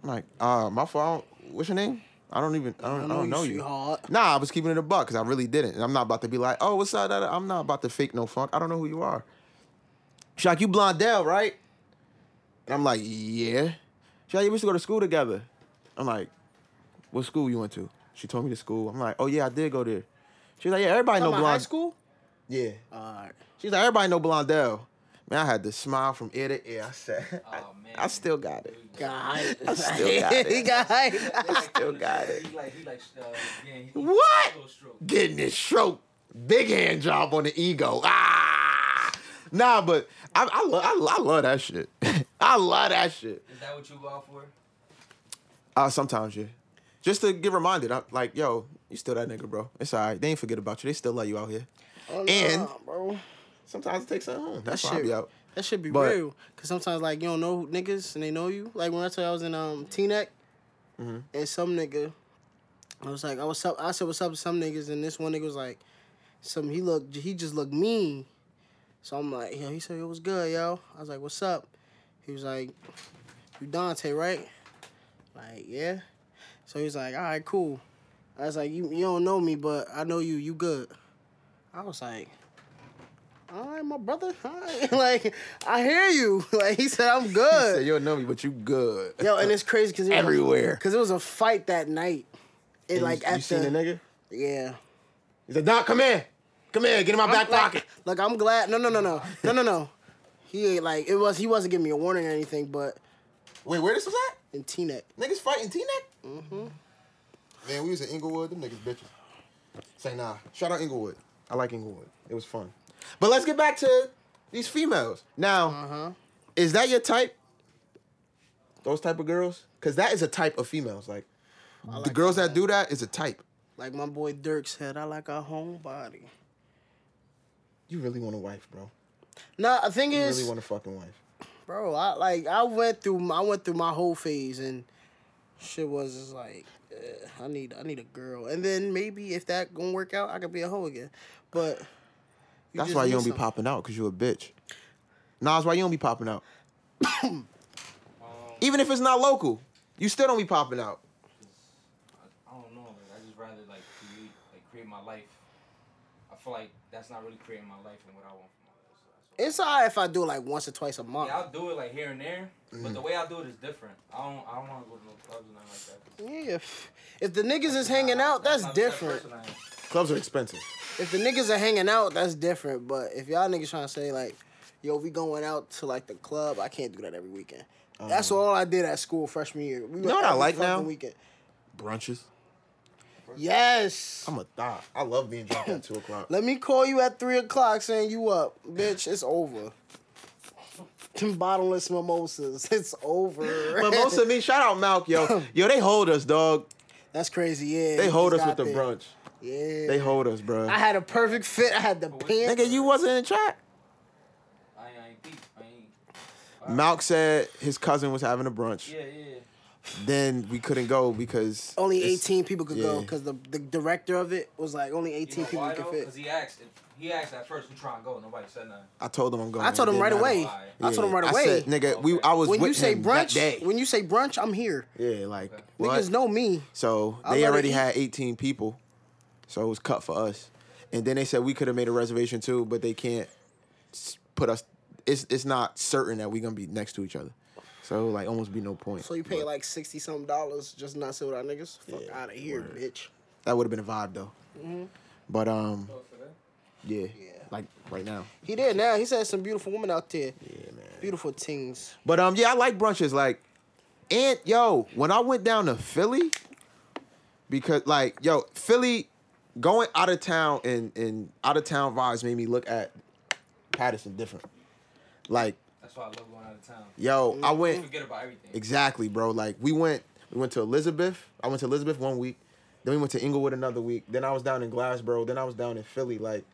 S1: I'm like, "Uh, my fault. What's your name? I don't even I don't, I don't, know you."
S2: sweetheart.
S1: Nah, I was keeping it a buck because I really didn't. And I'm not about to be like, oh, what's up? da, da?" I'm not about to fake no funk. I don't know who you are. She's like, you Blondell, right? And I'm like, yeah. She's like, "Yeah, we used to go to school together. I'm like, what school you went to? She told me the school. I'm like, oh yeah, I did go there. She's like, yeah, everybody know
S2: Talking about high
S1: Blondell.
S2: school?
S1: Yeah.
S2: Alright.
S1: She's like, everybody know Blondell. Man, I had to smile from ear to ear. I said, I,
S4: Oh, man.
S1: I still got it.
S2: God.
S1: I still got it.
S2: he got hype.
S4: I
S1: still got it.
S4: He like, he like, uh, yeah, he,
S1: What?
S4: Little stroke.
S1: getting his stroke. Big hand job on the ego. Ah, nah, but I, I, lo- I, lo- I love that shit. I love that shit.
S4: Is that what you go out for?
S1: Uh, sometimes yeah, just to get reminded. I'm like, yo, you still that nigga, bro. It's all right. They ain't forget about you. They still love you out here.
S2: Oh,
S1: And-
S2: nah, bro.
S1: Sometimes it takes something home. That's
S2: That
S1: why I
S2: shit-
S1: be out.
S2: That should be
S1: But-
S2: real. Cause sometimes like you don't know who- niggas and they know you. Like when I told you I was in um T Neck and some nigga I was like, I was up I said what's up to some niggas and this one nigga was like some he looked he just looked mean. So I'm like, yo, he said it was good, yo. I was like, what's up? He was like, You Dante, right? Like, yeah. So he was like, all right, cool. I was like, you, you don't know me, but I know you. You good. I was like, all right, my brother. All right. like, I hear you. Like, he said, I'm
S1: He said,
S2: good.
S1: you don't know me, but you good.
S2: Yo, and it's crazy because
S1: Everywhere.
S2: Because it was a fight that night. It,
S1: And
S2: like,
S1: you,
S2: at
S1: you seen the
S2: the,
S1: nigga?
S2: Yeah.
S1: He said, Doc, come here, come here, get in my back
S2: like,
S1: pocket.
S2: Like I'm glad. No, no, no, no, no, no, no. He ain't like it was. He wasn't giving me a warning or anything, but
S1: Wait, where this was at?
S2: in T-neck.
S1: Niggas fighting T-neck? Mm-hmm. Man, we was in Inglewood. Them niggas bitches. Say nah. Shout out Inglewood. I like Inglewood. It was fun. But let's get back to these females. Now, is that your type? Those type of girls? Because that is a type of females. Like, the girls that do that is a type.
S2: Like my boy Dirk said, I like a homebody.
S1: You really want a wife, bro.
S2: No, the thing
S1: You
S2: is,
S1: really want a fucking wife.
S2: bro, I like I went through my, I went through my whole phase and shit was just like eh, I need I need a girl, and then maybe if that gonna work out, I could be a hoe again. But you
S1: That's
S2: just
S1: why you
S2: need
S1: don't be
S2: some-
S1: popping out, because you a bitch. Nah, that's why you don't be popping out.
S4: Um,
S1: Even if it's not local, you still don't be popping out.
S4: I don't know. Like, I just rather like create, like create my life. I feel like that's not really creating my life and what I want for my life. So that's all.
S2: It's alright if I do it like once or twice a month.
S4: Yeah, I'll do it like here and there, but the way I do it is different. I don't, I don't want to go to no clubs and nothing like that.
S2: Yeah, if, if the niggas is hanging out, that's
S4: not the type of
S2: different.
S4: person I am.
S1: Clubs are expensive.
S2: If the niggas are hanging out, that's different. But if y'all niggas trying to say like, yo, we going out to like the club, I can't do that every weekend. that's all I did at school freshman year. We
S1: Uh-huh. know what I
S2: every
S1: like
S2: fucking
S1: now?
S2: Weekend.
S1: Brunches.
S2: Yes.
S1: I'm a thot. I love being drunk at two o'clock.
S2: Let me call you at three o'clock saying you up, bitch. It's over. Them bottomless mimosas. It's over.
S1: But most of me, shout out Malk, yo, yo, they hold us, dog.
S2: That's crazy. Yeah.
S1: They
S2: you
S1: hold us
S2: just
S1: with the
S2: got there.
S1: brunch.
S2: Yeah.
S1: They hold us, bro.
S2: I had a perfect fit. I
S4: Oh,
S2: had the pants.
S1: Nigga, you wasn't in track.
S4: I ain't, I ain't deep. I ain't.
S1: Malk said his cousin was having a brunch.
S4: Yeah, yeah.
S1: Then we couldn't go because
S2: Only
S1: it's-
S2: 18 people could go
S1: yeah.
S2: because the, the director of it was like only 18
S4: You know
S2: people
S4: why
S2: could
S4: though?
S2: fit.
S4: Cause he asked. He asked at first, "Who trying to go?" Nobody said nothing.
S1: I told him I'm going.
S2: I told
S1: It
S2: him right
S1: didn't matter.
S2: away. I told him right away.
S1: I said, nigga, we I was
S2: when
S1: with
S2: you say
S1: him that
S2: brunch,
S1: day.
S2: when you say brunch, I'm here.
S1: yeah, like
S2: Niggas
S1: what?
S2: know me.
S1: So
S2: I
S1: they
S2: let it
S1: already
S2: eat.
S1: had 18 people, so it was cut for us. And then they said we could have made a reservation too, but they can't s- put us. It's it's not certain that we're gonna be next to each other, so like almost be no point.
S2: So you pay
S1: But
S2: like sixty something dollars just not sit with our niggas? Fuck out of here, bitch.
S1: that would have been a vibe though.
S2: Mm-hmm.
S1: But um,
S2: Oh,
S1: yeah, like right now.
S2: He did now. He said some beautiful women out there.
S1: Yeah, man.
S2: Beautiful things.
S1: But um, yeah, I like brunches. Like, and yo, when I went down to Philly, because like yo, Philly, going out of town and and out of town vibes made me look at Patterson different. Like
S4: That's why I love going out of town.
S1: yo, I
S4: You
S1: went
S4: forget about everything.
S1: exactly, bro. Like we went, we went to Elizabeth. I went to Elizabeth one week. Then we went to Inglewood another week. Then I was down in Glassboro. Then I was down in Philly. Like,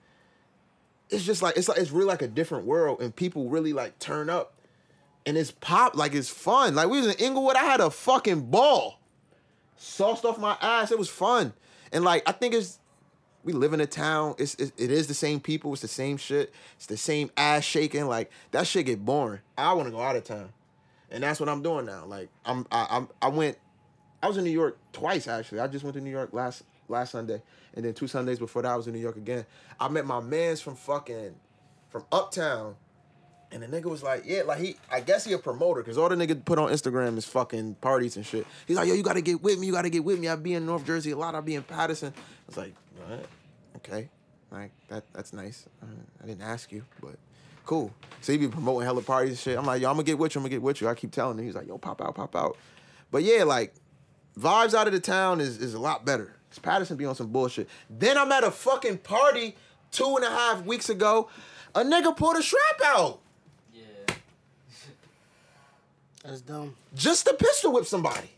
S1: it's just like it's like it's really like a different world, and people really like turn up, and it's pop like it's fun. Like we was in Inglewood, I had a fucking ball, sauced off my ass. It was fun, and like I think it's we live in a town. It's it, it is the same people. It's the same shit. It's the same ass shaking. Like that shit get boring. I want to go out of town, and that's what I'm doing now. Like I'm I, I'm I went I was in New York twice actually. I just went to New York last last Sunday, and then two Sundays before that I was in New York again. I met my man's from fucking from uptown, and the nigga was like, yeah, like he I guess he a promoter because all the nigga put on Instagram is fucking parties and shit. He's like, yo, you gotta get with me, you gotta get with me. I be in North Jersey a lot. I be in Patterson. I was like, what? Okay, like that that's nice. Uh, I didn't ask you, but. Cool. So he be promoting hella parties and shit. I'm like, yo, I'm gonna get with you. I'm gonna get with you. I keep telling him. He's like, yo, pop out, pop out. But yeah, like vibes out of the town is, is a lot better. Cause Patterson be on some bullshit. Then I'm at a fucking party two and a half weeks ago. A nigga pulled a strap out
S4: Yeah.
S2: That's dumb.
S1: just to pistol whip somebody.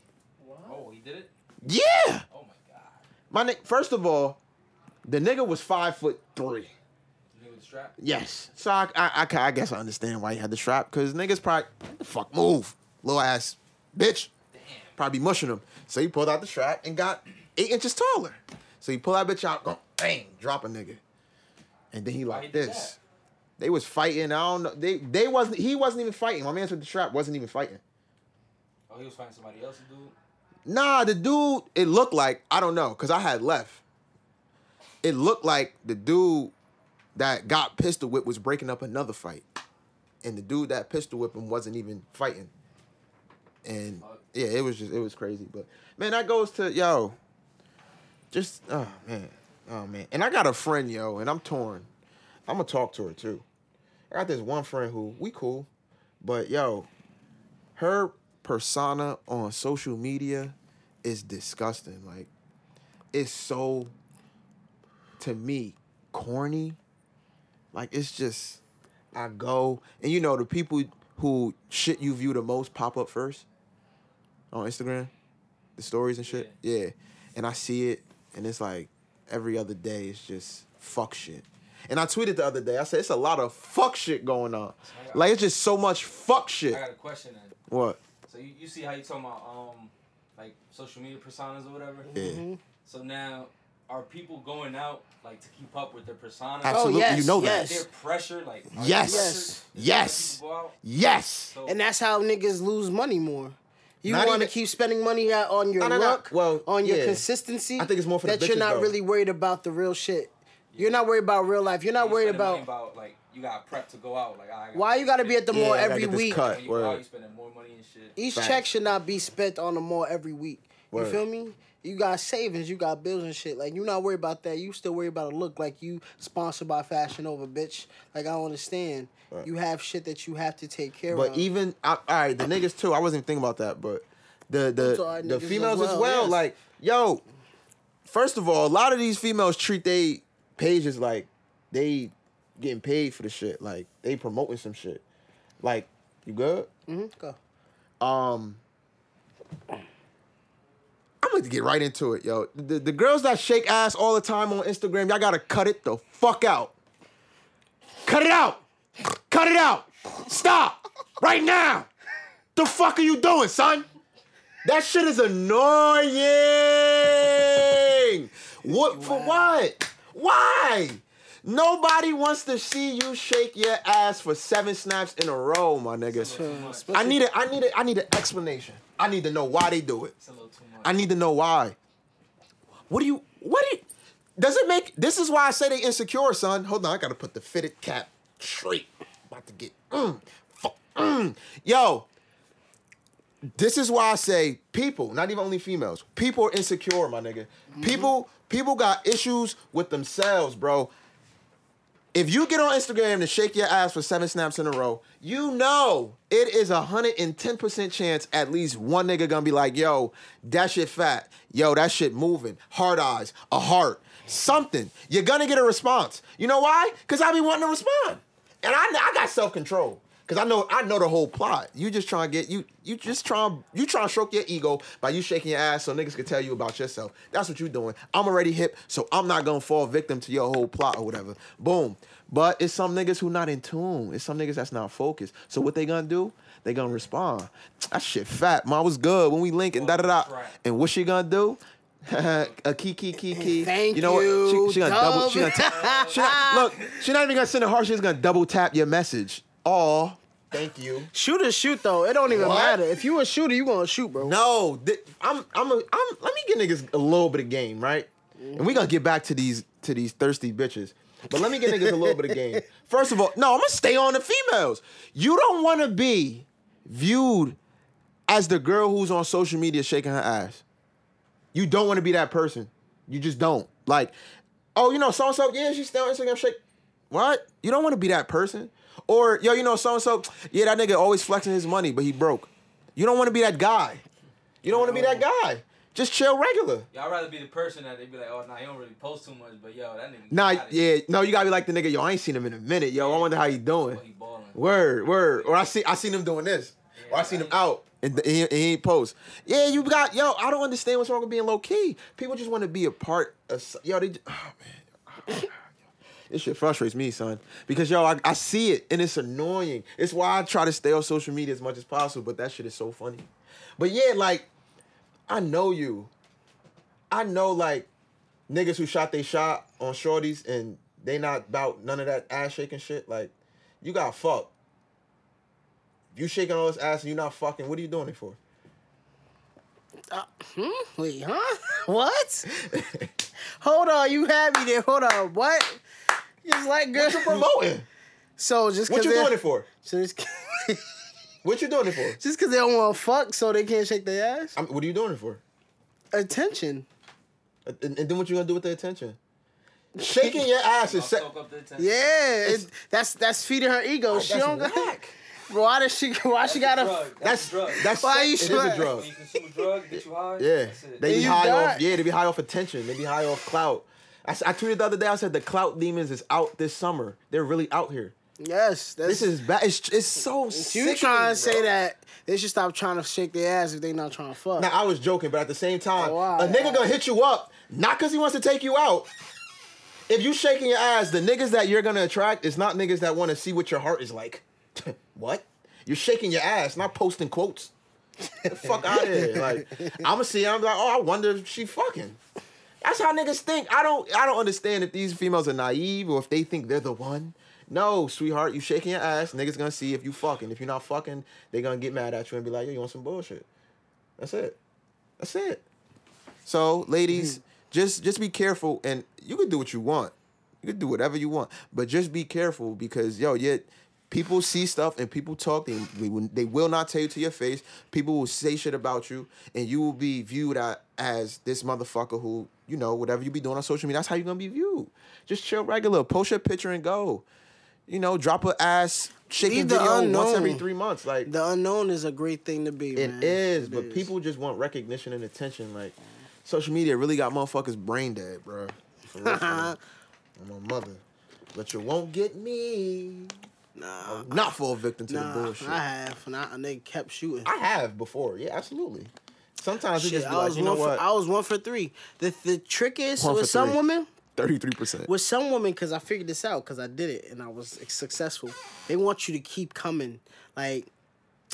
S4: Oh, he did it.
S1: Yeah,
S4: Oh my god.
S1: my nigga. First of all, the nigga was five foot three.
S4: You with the strap.
S1: Yes. So I I, I, ca- I guess I understand why he had the strap because niggas probably the fuck move little ass bitch probably mushing him. So he pulled out the strap and got eight inches taller. So he pull that bitch out, go bang, drop a nigga, and then he
S4: Why
S1: like
S4: he do
S1: this.
S4: that?
S1: They was fighting. I don't know. They they wasn't. He wasn't even fighting. My man with the strap wasn't even fighting.
S4: Oh, he was finding somebody else to do. it?
S1: Nah, the dude, it looked like, I don't know, because I had left. It looked like the dude that got pistol whipped was breaking up another fight. And the dude that pistol whipped him wasn't even fighting. And yeah, it was just, it was crazy. But man, that goes to, yo, just, oh man, oh man. And I got a friend, yo, and I'm torn. I'm going to talk to her too. I got this one friend who, we cool, but yo, her persona on social media is disgusting. Like, it's so to me corny. Like, it's just I go and you know the people who shit you view the most pop up first on Instagram, the stories and shit. Yeah, and I see it, and it's like every other day it's just fuck shit. And I tweeted the other day. I said it's a lot of fuck shit going on. Like it's just so much fuck shit.
S4: I got a question then.
S1: What?
S4: So you, you see how you talking about um like social media personas or whatever.
S1: Yeah.
S4: So now, are people going out like to keep up with their persona?
S2: Oh,
S1: Absolutely.
S2: yes,
S1: you know that.
S2: yes.
S4: Their pressure, like are they
S1: Yes.
S4: pressured?
S1: Yes.
S4: Is that how people go out?
S1: Yes.
S4: So,
S2: And that's how niggas lose money more. You
S1: Not
S2: want to
S1: even-
S2: keep spending money out on your
S1: No, no, no.
S2: look,
S1: Well,
S2: on your
S1: yeah.
S2: consistency.
S1: I think it's more for the
S2: that you're
S1: bitches,
S2: not
S1: though.
S2: really worried about the real shit. You're not worried about real life. You're not
S4: you
S2: worried
S4: spending money
S2: about
S4: like you got prep to go out. Like I gotta
S2: why you got to be at the
S1: Yeah,
S2: mall
S1: I gotta
S2: every
S1: get this
S2: week.
S1: cut.
S4: When you go out,
S1: Word.
S4: you spending more money and shit.
S2: Each
S1: Facts.
S2: check should not be spent on the mall every week. You
S1: Word.
S2: feel me? You got savings, you got bills and shit. Like you not worried about that. You still worry about a look like you sponsored by Fashion Over, bitch. Like I don't understand. You have shit that you have to take care
S1: But
S2: of.
S1: even I, all right, the niggas too. I wasn't even thinking about that, but the
S2: Those are our
S1: the the
S2: niggas as
S1: females as well.
S2: well, yes.
S1: Like yo, first of all, a lot of these females treat they pages like they getting paid for the shit. Like they promoting some shit. Like, you good?
S2: hmm Go.
S1: Um I'm going to get right into it, yo. The, the girls that shake ass all the time on Instagram, y'all gotta cut it the fuck out. Cut it out. Cut it out. Stop. Right now. The fuck are you doing, son? That shit is annoying. What for what? Why? Nobody wants to see you shake your ass for seven snaps in a row, my nigga. I need a, I need a, I need an explanation. I need to know why they do it.
S4: It's a little too much.
S1: I need to know why. What do you? What do? You, does it make? This is why I say they insecure, son. Hold on, I gotta put the fitted cap straight. About to get. Mm, fuck. Mm. Yo. This is why I say people, not even only females, people are insecure, my nigga. People, people got issues with themselves, bro. If you get on Instagram to shake your ass for seven snaps in a row, you know it is a hundred and ten percent chance at least one nigga gonna be like, "Yo, that shit fat. Yo, that shit moving. Hard eyes, a heart, something." You're gonna get a response. You know why? Cause I be wanting to respond, and I I got self control. Cause I know I know the whole plot. You just trying to get you you just trying you trying to stroke your ego by you shaking your ass so niggas can tell you about yourself. That's what you doing. I'm already hip, so I'm not gonna fall victim to your whole plot or whatever. Boom. But it's some niggas who not in tune. It's some niggas that's not focused. So what they gonna do? They gonna respond. That shit fat. Mom was good when we link and da da da.
S4: Right.
S1: And what she gonna do? a key key key key.
S2: Thank
S1: you know what?
S2: you,
S1: She, she gonna double. She
S2: Dove.
S1: gonna ta- she not, look. She not even gonna send a heart. She's gonna double tap your message. Oh, thank you.
S2: Shoot is shoot though. It don't even
S1: What?
S2: matter. If you a shooter, you gonna shoot, bro.
S1: No, th- I'm I'm a, I'm let me get niggas a little bit of game, right? And we gonna get back to these to these thirsty bitches. But let me get niggas a little bit of game. First of all, no, I'm gonna stay on the females. You don't wanna be viewed as the girl who's on social media shaking her ass. You don't wanna be that person. You just don't. Like, oh, you know, so and so, yeah, she's still on Instagram shake. What? You don't wanna be that person. Or, yo, you know, so and so, yeah, that nigga always flexing his money, but he broke. You don't wanna be that guy. You don't wanna be that guy. Just chill regular.
S4: Y'all rather be the person that they be like, oh, nah, he don't really post too much, but yo, that nigga.
S1: Nah,
S4: got it.
S1: yeah, no, you gotta be like the nigga, yo, I ain't seen him in a minute, yo. I wonder how he doing.
S4: Oh, he balling.
S1: Word, word. Or I see, I seen him doing this. Or I seen him out and th- he, he ain't post. Yeah, you got yo. I don't understand what's wrong with being low key. People just want to be a part of s- yo. They, j- oh man, this shit frustrates me, son. Because yo, I, I see it and it's annoying. It's why I try to stay on social media as much as possible. But that shit is so funny. But yeah, like I know you. I know like niggas who shot they shot on shorties and they not about none of that ass shaking shit. Like you got fucked. If you shaking all this ass and you not fucking, what are you doing it for?
S2: Hmm? Wait, huh? What? Hold on, you had me there. Hold on, what? Just like good.
S1: Promoting.
S2: So just
S1: What
S2: cause
S1: you
S2: they-
S1: doing it for?
S2: So just,
S1: What you doing it for?
S2: just cause they don't want to fuck, so they can't shake their ass.
S1: I'm, what are you doing it for?
S2: Attention.
S1: And, and then what you gonna do with the attention? Shaking your ass is
S4: I'll
S1: se-
S4: soak up the attention.
S2: Yeah, it, that's that's feeding her ego. she
S1: Oh, that's
S2: don't got.
S1: whack.
S2: Why does she? Why she
S4: That's
S2: got
S4: a
S2: a?
S4: drug.
S1: That's
S4: That's, a drug.
S1: that's
S2: Why you
S1: it is a
S2: sweat?
S1: drug.
S4: when you consume a drug, get you high.
S1: Yeah,
S4: That's it.
S1: they be
S2: you
S1: high
S2: die.
S1: off. Yeah, they be high off attention. They be high off clout. I, s- I tweeted the other day. I said the clout demons is out this summer. They're really out here.
S2: Yes, that's,
S1: This is bad. It's, it's so
S2: you
S1: sickening,
S2: trying
S1: bro.
S2: to say that they should stop trying to shake their ass if they not trying to fuck.
S1: Now I was joking, but at the same time,
S2: Oh, wow.
S1: a nigga gonna hit you up not because he wants to take you out. If you shaking your ass, the niggas that you're gonna attract is not niggas that want to see what your heart is like. what? You're shaking your ass, not posting quotes. Get the fuck out of here! Like I'ma see, I'm like, oh, I wonder if she fucking. That's how niggas think. I don't I don't understand if these females are naive or if they think they're the one. No, sweetheart, you shaking your ass, niggas gonna see if you fucking. If you're not fucking, they gonna get mad at you and be like, yo, you want some bullshit. That's it. That's it. So, ladies,
S2: Hmm.
S1: just just be careful and you can do what you want. You can do whatever you want, but just be careful because yo, yet people see stuff and people talk. They they will, they will not tell you to your face. People will say shit about you, and you will be viewed a- as this motherfucker who you know whatever you be doing on social media. That's how you are gonna be viewed. Just chill regular. Post your picture and go. You know, drop a ass shaking
S2: Leave the
S1: video once
S2: unknown.
S1: every three months. Like
S2: the unknown is a great thing to be.
S1: it
S2: man.
S1: is, but
S2: is.
S1: people just want recognition and attention. Like, Social media really got motherfuckers brain dead, bro. For real, for real. I'm a mother. But you won't get me.
S2: Nah,
S1: Not fall victim to the
S2: nah,
S1: bullshit.
S2: I have, nah, and they kept shooting.
S1: I have before. Yeah, absolutely. Sometimes it
S2: Shit,
S1: just be
S2: I was
S1: like, you know
S2: one. For,
S1: what?
S2: I was one for three. The the trick is
S1: One for
S2: with some
S1: three.
S2: women,
S1: Thirty-three percent.
S2: with some women, because I figured this out because I did it and I was successful. They want you to keep coming, like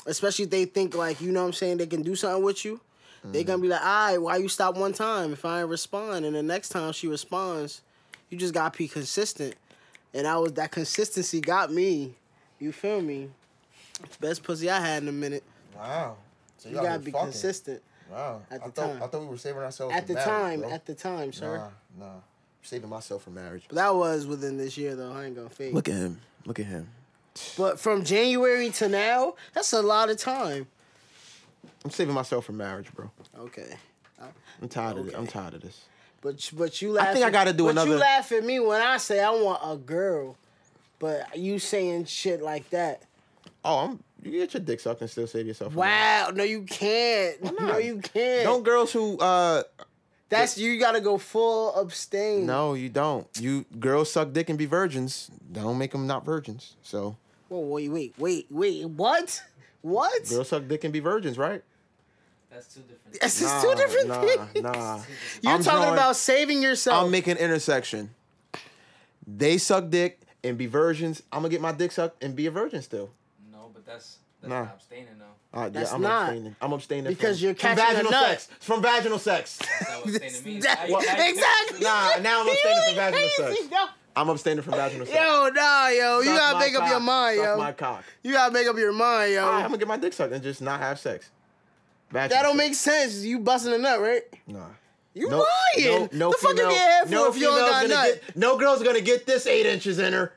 S2: especially if they think like you know what I'm saying they can do something with you. They gonna be like, all right, why you stop one time if I ain't respond? And the next time she responds, you just gotta be consistent. And I was that consistency got me. You feel me? Best pussy I had in a minute.
S1: Wow. So
S2: You gotta be consistent.
S1: Wow.
S2: at
S1: I
S2: the
S1: thought
S2: time.
S1: I thought we were saving ourselves
S2: At
S1: for
S2: the
S1: marriage,
S2: time,
S1: bro.
S2: at the time, sir.
S1: Nah, nah. I'm saving myself for marriage.
S2: But that was within this year, though. I ain't gonna fake.
S1: Look at him. Look at him.
S2: But from January to now, that's a lot of time.
S1: I'm saving myself for marriage, bro.
S2: Okay.
S1: I'm tired of it. I'm
S2: Okay.
S1: tired of this.
S2: But but you laugh.
S1: think I gotta do
S2: but
S1: another-
S2: you laugh at me when I say I want a girl, but you saying shit like that.
S1: Oh, I'm. You get your dick sucked and still save yourself. from marriage.
S2: Wow. No, you can't. No,
S1: not?
S2: you can't.
S1: Don't girls who uh
S2: that's you gotta go full abstain.
S1: no you don't you girls suck dick and be virgins don't make them not virgins so
S2: Whoa, wait, wait, wait, wait. What? What?
S1: girls suck dick and be virgins right
S4: That's two different.
S2: This is two different
S1: nah,
S2: things.
S1: nah
S2: You're
S1: I'm
S2: talking
S1: drawing-
S2: about saving yourself.
S1: I'll make an intersection. They suck dick and be virgins. I'm gonna get my dick sucked and be a virgin still.
S4: No, but that's that's
S1: Nah.
S4: not abstaining though.
S1: All right,
S2: That's
S1: I'm
S2: not.
S1: abstaining. I'm abstaining
S2: Because
S1: from,
S2: you're
S1: from
S2: catching a
S1: vaginal
S2: nut.
S1: sex. From vaginal sex.
S4: That's not what abstaining means.
S2: That-
S4: I- I-
S2: exactly.
S1: Nah, now I'm
S2: You
S1: abstaining from
S2: ain't
S1: vaginal
S2: crazy,
S1: sex.
S2: no.
S1: I'm abstaining from vaginal sex.
S2: Yo, nah, yo, you
S1: Suck
S2: gotta
S1: my
S2: make up
S1: cock.
S2: your mind,
S1: Suck
S2: yo.
S1: my cock.
S2: You gotta make up your mind, yo.
S1: All right, I'm gonna get my dick sucked and just not have sex. Vaginal
S2: Oh. that don't
S1: sex.
S2: make sense. You busting a nut, right?
S1: Nah.
S2: You
S1: No,
S2: lying.
S1: no, no
S2: the fuck
S1: female-
S2: you get head for
S1: no
S2: if you don't
S1: female's
S2: got a
S1: gonna
S2: nut?
S1: get- no girl's gonna get this eight inches in her.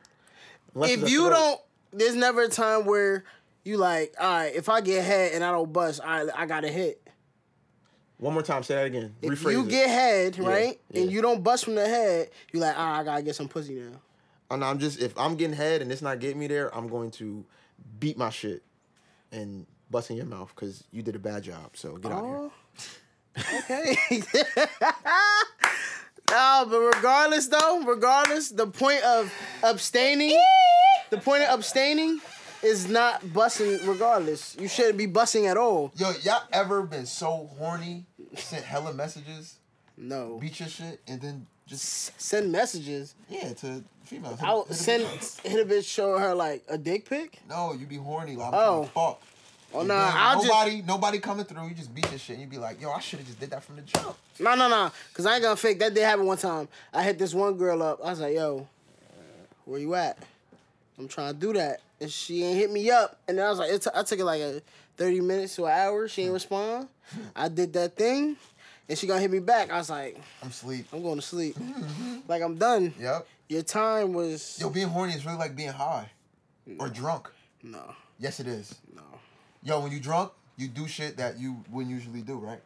S1: Unless it's
S2: if
S1: a
S2: you
S1: throat.
S2: don't, there's never a time where you like, all right, if I get head and I don't bust, all right, I got to hit.
S1: one more time, say that again.
S2: If
S1: Rephrase
S2: you
S1: it.
S2: get head, right, and
S1: yeah.
S2: you don't bust from the head, you like, all right, I gotta get some pussy now.
S1: And Oh, I'm just if I'm getting head and it's not getting me there, I'm going to beat my shit and bust in your mouth because you did a bad job. So get out of here.
S2: Oh, okay. no, but regardless though, regardless, the point of abstaining, the point of abstaining is not busting. Regardless, you shouldn't be busting at all.
S1: Yo, y'all ever been so horny, sent hella messages,
S2: No,
S1: beat your shit, and then just
S2: send messages.
S1: yeah to females.
S2: I would send hit a bitch show her like a dick pic.
S1: No, you be horny. Like, I'm
S2: Oh.
S1: oh. fuck.
S2: Oh
S1: And
S2: no,
S1: then
S2: I'll just
S1: nobody, nobody coming through. You just beat your shit. and You be like, yo, I should have just did that from the jump.
S2: no no no, cause I ain't gonna fake that did happen one time. I hit this one girl up. I was like, yo, where you at? I'm trying to do that, and she ain't hit me up. And then I was like, it t- I took it like a thirty minutes to an hour. She ain't respond. I did that thing, and she gonna hit me back. I was like,
S1: I'm sleep.
S2: I'm going to sleep. Like I'm done.
S1: Yep.
S2: Your time was
S1: Yo, being horny is really like being high or drunk.
S2: no
S1: Yes, it is.
S2: no.
S1: Yo, when you drunk, you do shit that you wouldn't usually do, right?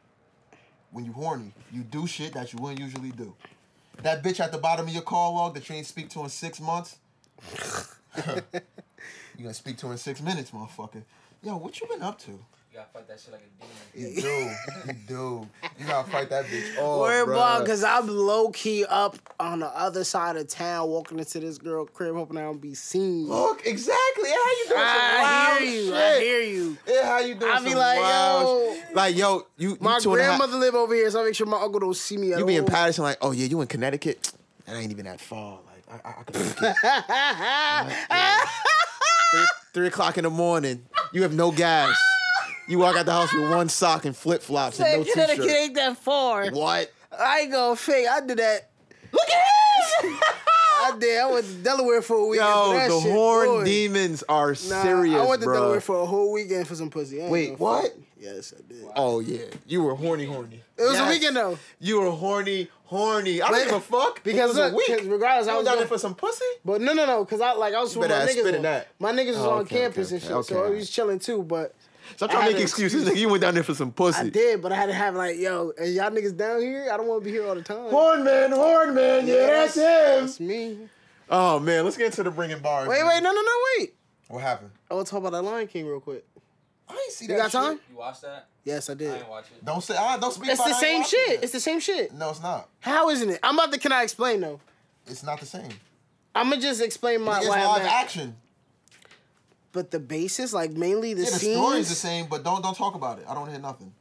S1: When you horny, you do shit that you wouldn't usually do. That bitch at the bottom of your call log that you ain't speak to in six months, you gonna speak to in six minutes, motherfucker. Yo, what you been up to?
S4: You gotta fight that shit like a demon.
S1: You do, you do. You gotta fight that bitch. Oh,
S2: Worry about
S1: bruh.
S2: because I'm low key up on the other side of town, walking into this girl crib, hoping I don't be seen.
S1: Look, exactly. How you doing some
S2: I
S1: wild
S2: hear you.
S1: shit?
S2: I hear you.
S1: Yeah, how you doing
S2: I be
S1: some
S2: like,
S1: wild
S2: yo,
S1: sh- Like, yo, you, you
S2: My
S1: two and a half-
S2: grandmother live over here, so I make sure my uncle don't see me at
S1: You
S2: all.
S1: be in Patterson, like, oh yeah, you in Connecticut? That ain't even that far. Like, I, I, I could make it. three, three o'clock in the morning. You have no gas. You walk out the house with one sock and flip flops and no
S2: Said,
S1: t
S2: Connecticut
S1: shirt.
S2: ain't that far.
S1: What?
S2: I ain't gonna fake. I did that. Look at him. I did. I went to Delaware for a week.
S1: Yo,
S2: that
S1: the
S2: shit,
S1: horn
S2: boy.
S1: demons are
S2: Nah,
S1: serious,
S2: I went to
S1: bro.
S2: Delaware for a whole weekend for some pussy. I ain't
S1: Wait,
S2: gonna
S1: what?
S2: fake. Yes, I did.
S1: Oh yeah, you were horny, horny.
S2: It was a
S1: Yes.
S2: weekend though.
S1: You were horny, horny. I
S2: But-
S1: don't give a fuck
S2: because
S1: it was
S2: look,
S1: a week.
S2: 'cause regardless,
S1: you
S2: I
S1: was down
S2: was gonna-
S1: there for some pussy.
S2: But no, no, no, because I like I was with my
S1: better ass spit
S2: niggas.
S1: in
S2: on-
S1: that.
S2: My niggas was
S1: Oh,
S2: on
S1: okay, okay,
S2: campus and
S1: okay,
S2: shit, so
S1: okay.
S2: we was chilling too. But
S1: Stop
S2: I
S1: trying to
S2: had
S1: make
S2: an
S1: excuses. Nigga, you went down there for some pussy.
S2: I did, but I had to have like, yo, and y'all niggas down here. I don't want to be here all the time.
S1: Horn man, horn man, yeah, that's
S2: That's
S1: him.
S2: me.
S1: Oh man, let's get into the bringing bars.
S2: Wait, wait, no, no, no, wait.
S1: What happened?
S2: I want to talk about that Lion King real quick.
S1: I ain't see that.
S2: You got
S1: shit.
S2: time?
S4: You watch that?
S2: Yes, I
S4: I
S2: did.
S4: ain't watch it.
S1: Don't say. ah, don't speak.
S2: It's
S1: about
S2: the
S1: I ain't watching
S2: same shit.
S1: it.
S2: It's the same shit.
S1: no, it's not.
S2: How isn't it? I'm about to. Can I explain though?
S1: It's not the same.
S2: I'm gonna just explain my
S1: it's
S2: why I'm
S1: live
S2: mad.
S1: action.
S2: But the basis, like mainly the
S1: Yeah, the
S2: scenes.
S1: story's the same, but don't don't talk about it. I don't hear nothing.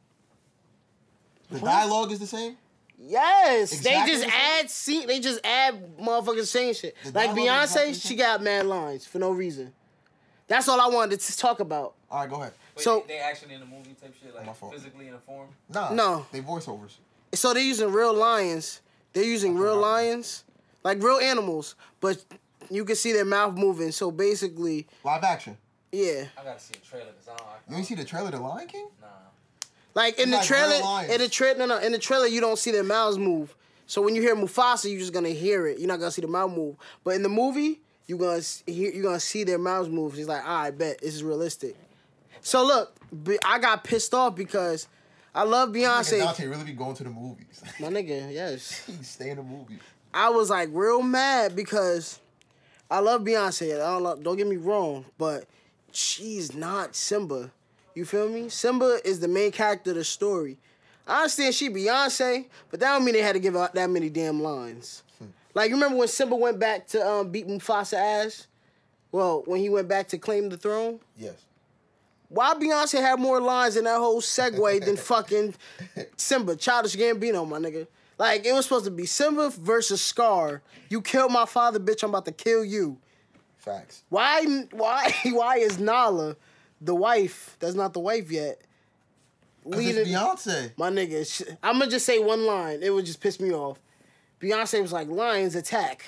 S1: The dialogue is the same.
S2: Yes,
S1: Exactly
S2: they
S1: the
S2: just
S1: same?
S2: add scene. They just add motherfuckers saying shit.
S1: The
S2: Like
S1: dialogue is
S2: Beyonce,
S1: exactly the
S2: she
S1: same?
S2: got mad lines for no reason. That's all I wanted to talk about.
S1: All right, go ahead.
S4: Wait,
S2: So-
S4: they, they actually in the movie type shit,
S1: My
S4: like
S1: fault.
S4: physically in a form.
S1: Nah.
S2: No.
S1: They voiceovers.
S2: So they're using real lions. They're using real
S1: Uh-huh.
S2: lions, like real animals, but you can see their mouth moving. So basically,
S1: Live action.
S2: yeah,
S4: I gotta see a trailer because I don't.
S1: You ain't see the trailer to Lion King?
S4: Nah.
S2: like in the
S1: Like real
S2: trailer,
S1: lions.
S2: in the trailer, no, no, in the trailer, you don't see their mouths move. So when you hear Mufasa, you're just gonna hear it. You're not gonna see the mouth move. But in the movie, you're gonna s- hear, you're gonna see their mouths move. It's like, all right, bet this is realistic. So look, be- I got pissed off because I love
S1: Nigga,
S2: Beyonce.
S1: Dante really be going to the movies.
S2: My nigga, yes.
S1: he stay in the movies.
S2: I was like real mad because I love Beyonce. I don't love, don't get me wrong, but she's not Simba. You feel me? Simba is the main character of the story. I understand she Beyonce, but that don't mean they had to give out that many damn lines. Like you remember when Simba went back to um, beat Mufasa ass? Well, when he went back to claim the throne,
S1: Yes.
S2: why Beyonce had more lines in that whole segue than fucking Simba, Childish Gambino, my nigga? Like it was supposed to be Simba versus Scar. You killed my father, bitch. I'm about to kill you.
S1: Facts.
S2: Why? Why? Why is Nala the wife? That's not the wife yet.
S1: 'Cause it's Beyonce.
S2: my nigga. Sh- I'm gonna just say one line. It would just piss me off. Beyonce was like, "Lions attack."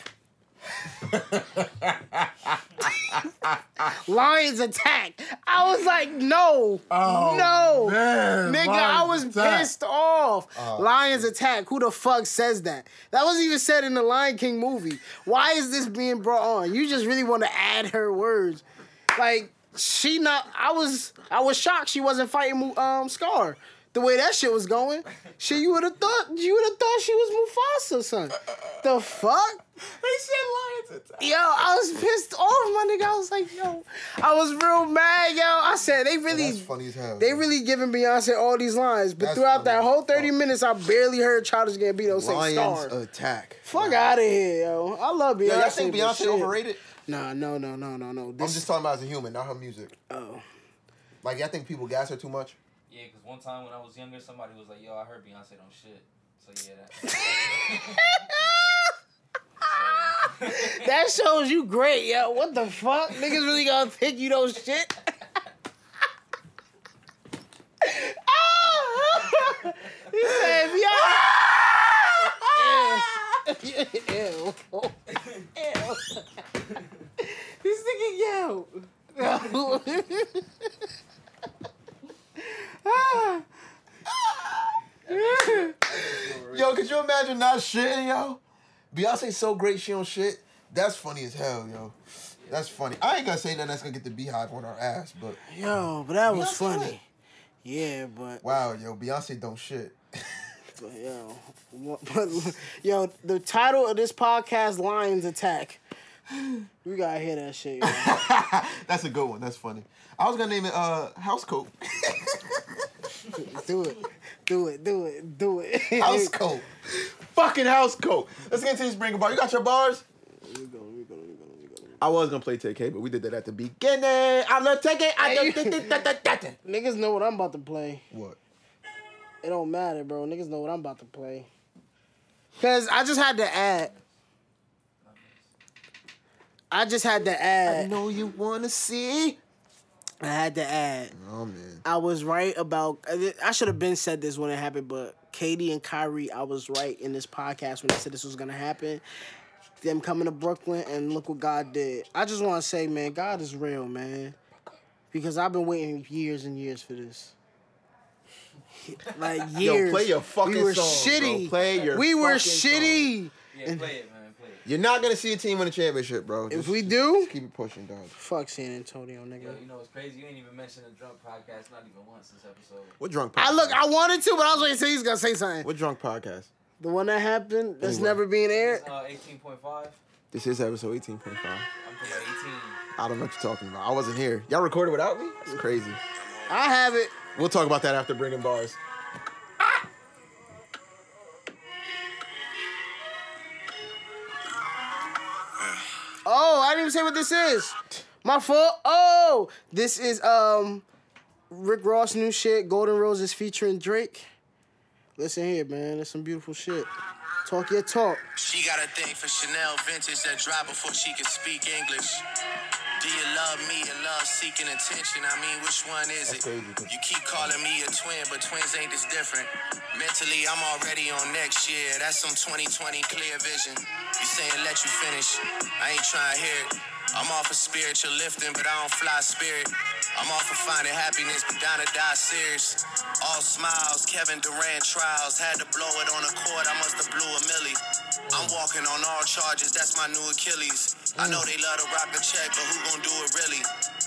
S2: Lions attack. I was like, no, no,
S1: man,
S2: nigga. I
S1: Lions
S2: was
S1: attack.
S2: pissed off.
S1: Oh,
S2: Lions attack. Who the fuck says that? That wasn't even said in the Lion King movie. Why is this being brought on? You just really want to add her words, like she not. I was I was shocked she wasn't fighting um Scar. The way that shit was going, she you would have thought you would have thought she was Mufasa, son. The fuck?
S1: They said Lions attack.
S2: Yo, I was pissed off, my nigga. I was like, yo, I was real mad, yo. I said they really,
S1: That's funny as hell.
S2: they really giving Beyonce all these lines, but
S1: That's
S2: throughout that
S1: funny.
S2: whole thirty
S1: Fuck.
S2: minutes, I barely heard Childish Gambino say
S8: Lions
S2: star.
S8: attack.
S2: Fuck out of here, yo. I love Beyonce.
S1: Yo, y'all think
S2: but
S1: Beyonce
S2: shit.
S1: overrated?
S2: Nah, no, no, no, no, no.
S1: I'm
S2: This,
S1: just talking about as a human, not her music.
S2: oh.
S1: Like, y'all think people gas her too much?
S4: Yeah, because one time when I was younger, somebody was like, "Yo, I heard Beyonce don't shit." So yeah, that.
S2: Ah! that shows you great, yo. What the fuck? Niggas really gonna think you don't shit? he said, yo. Ew. Ew. This nigga, yo.
S1: Yo, could you imagine not shitting, yo? Beyonce's so great she don't shit. That's funny as hell, yo. That's funny. I ain't gonna say nothing that's gonna get the beehive on her ass, but
S2: yo, but that was
S1: Beyonce
S2: funny.
S1: great.
S2: Yeah, but
S1: wow, yo, Beyonce don't shit.
S2: But yo, what- but, yo, the title of this podcast, Lions Attack. We gotta hear that shit. yo.
S1: that's a good one. That's funny. I was gonna name it uh House Coat.
S2: do it, do it, do it, do it.
S1: House Coat. Fucking House Coat. Let's get into this bring bar. You got your bars?
S2: We go, we go, we go, we go.
S8: I was gonna play TK, but we did that at the beginning. I'm gonna take it. I don't think that- that- that- that.
S2: Niggas know what I'm about to play.
S1: What?
S2: It don't matter, bro. Niggas know what I'm about to play. Cause I just had to add. I just had to add.
S1: No, you wanna see?
S2: I had to add.
S1: Oh man.
S2: I was right about. I should have been said this when it happened, but Katie and Kyrie, I was right in this podcast when they said this was gonna happen. Them coming to Brooklyn and look what God did. I just want to say, man, God is real, man, because I've been waiting years and years for this. Like years.
S8: Yo, play your fucking
S2: we were
S8: song,
S2: shitty.
S8: Bro. Play your.
S2: we
S8: fucking
S2: were
S8: song.
S2: shitty.
S4: Yeah, play it, man, play it.
S1: You're not gonna see a team win a championship, bro.
S2: If we do,
S1: keep it pushing, dog.
S2: fuck San Antonio,
S4: Yo,
S2: nigga.
S4: you know it's crazy. You ain't even mentioned the drunk podcast, not even once this episode.
S1: What drunk podcast?
S2: I look, I wanted to, but I was waiting to say he's gonna say something.
S1: what drunk podcast?
S2: The one that happened, that's
S1: Anyway.
S2: never being aired.
S4: Uh, eighteen point five.
S1: This is episode 18.5.
S4: I'm talking about eighteen.
S1: I don't know what you're talking about. I wasn't here. Y'all recorded without me? That's crazy.
S2: I have it.
S6: We'll talk about that after bringing bars.
S2: Oh, I didn't even say what this is. My fault. Oh, this is um Rick Ross new shit. Golden Roses featuring Drake. Listen here, man. That's some beautiful shit. Talk your talk.
S3: She got a thing for Chanel vintage that drop before she can speak English. Do you love me and love seeking attention? I mean, which one is it? You keep calling me a twin, but twins ain't this different. Mentally, I'm already on next year. That's some 2020 clear vision. You saying let you finish. I ain't trying to hear it. I'm off of spiritual lifting, but I don't fly spirit. I'm off of finding happiness, but down to die serious. All smiles, Kevin Durant trials. Had to blow it on the court, I must have blew a millie. I'm walking on all charges, that's my new Achilles. I know they love to rock the check, but who gon' do it really?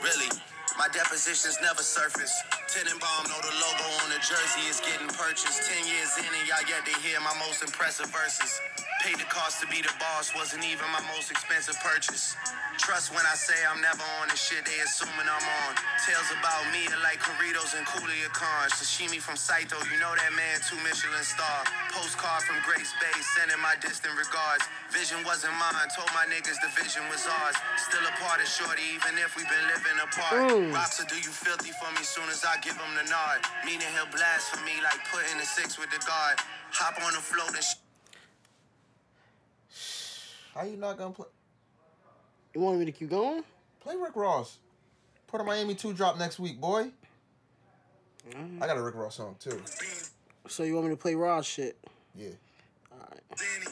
S3: Really? My depositions never surface. Tenenbaum know the logo on the jersey is getting purchased. Ten years in and y'all yet to hear my most impressive verses. Paid the cost to be the boss wasn't even my most expensive purchase. Trust when I say I'm never on the shit they assuming I'm on. Tales about me are like Corritos and Coolia Khan. Sashimi from Saito, you know that man, two Michelin star. Postcard from Grace Bay, sending my distant regards. Vision wasn't mine, told my niggas the vision was ours. Still a part of Shorty, even if we've been living apart. Roxa, do you filthy for me soon as I give him the nod? Meaning he'll blast for me like putting the six with the guard. Hop on the float and sh-
S6: How you not gonna play?
S2: You want me to keep going?
S6: Play Rick Ross. Port of Miami 2 drop next week, boy. I got a Rick Ross song too.
S2: So you want me to play raw shit?
S6: Yeah.
S3: Danny. oh,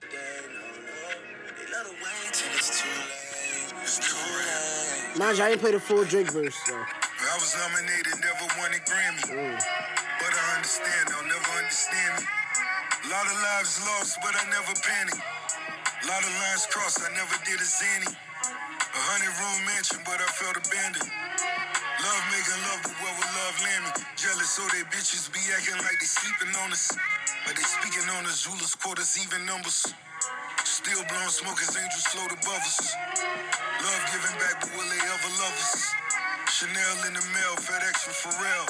S3: They love to wait till it's too late. It's too late.
S2: Mind you, I didn't play the full Drake verse. So.
S3: I was nominated, never won a Grammy. But I understand, I'll never understand it. Lot of lives lost, but I never panicked. Lot of lines crossed, I never did a zany. A hundred room mansion, but I felt abandoned. Love making love, but where would love land me? Jealous, so they bitches be acting like they sleeping on us. But they speaking on us, rulers, quarters, even numbers. Still blowing smoke as angels float above us. Love giving back, but will they ever love us? Chanel in the mail, FedEx from Pharrell.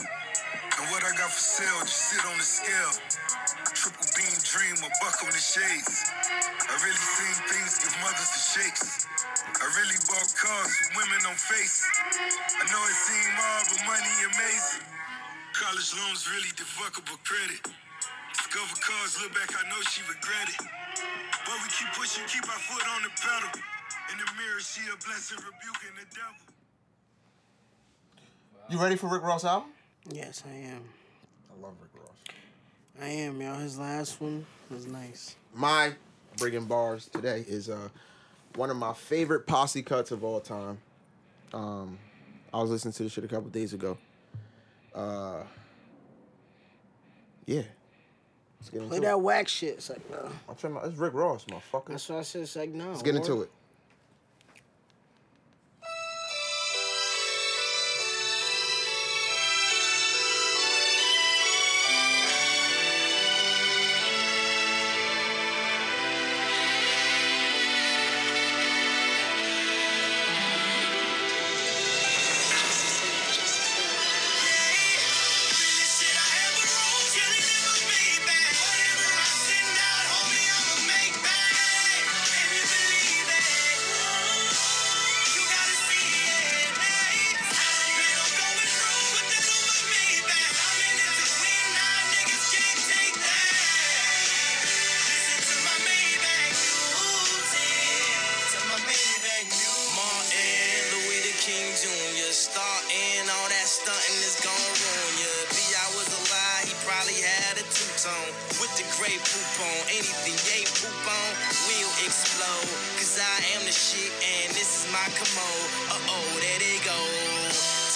S3: And what I got for sale, just sit on the scale. Triple beam dream, a buck on the shades. I really seen things give mothers the shakes. I really bought cars with women on face. I know it seemed hard, but money amazing. College loans really defuckable credit. Discover cars, look back, I know she regret it. But we keep pushing, keep our foot on the pedal. In the mirror, she a blessing, rebuking the devil.
S6: You ready for Rick Ross album?
S2: Yes, I am.
S6: I love Rick Ross.
S2: I am, y'all. His last one was nice.
S6: My bringing bars today is uh one of my favorite posse cuts of all time. Um, I was listening to this shit a couple days ago. Uh, yeah. Let's get into
S2: Play
S6: it.
S2: that whack shit. It's like, no.
S6: I'm trying my, it's Rick Ross, motherfucker.
S2: That's what I said. It's like, no.
S6: Let's get into it.
S3: Shit, I had the wrong till it never made back. Whatever I send out, homie, I'ma make back. Can you believe it? You gotta see it. Been on going wrong, but that don't make me back. I'm in it to win, now niggas can't take that. Listen to my Maybach music, to my Maybach music. Martin Louis the King Jr. Starting all that stunting is gonna ruin ya. B.I. was alive, he probably had a two tone. With the gray poop on, anything they poop on will explode. Cause I am the shit and this is my commode. Uh oh, there they go.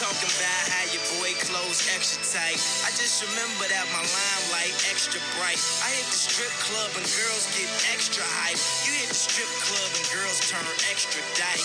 S3: Talking about how your boy clothes extra tight. I just remember that my limelight extra bright. I hit the strip club and girls get extra hype. You hit the strip club and girls turn extra dyke.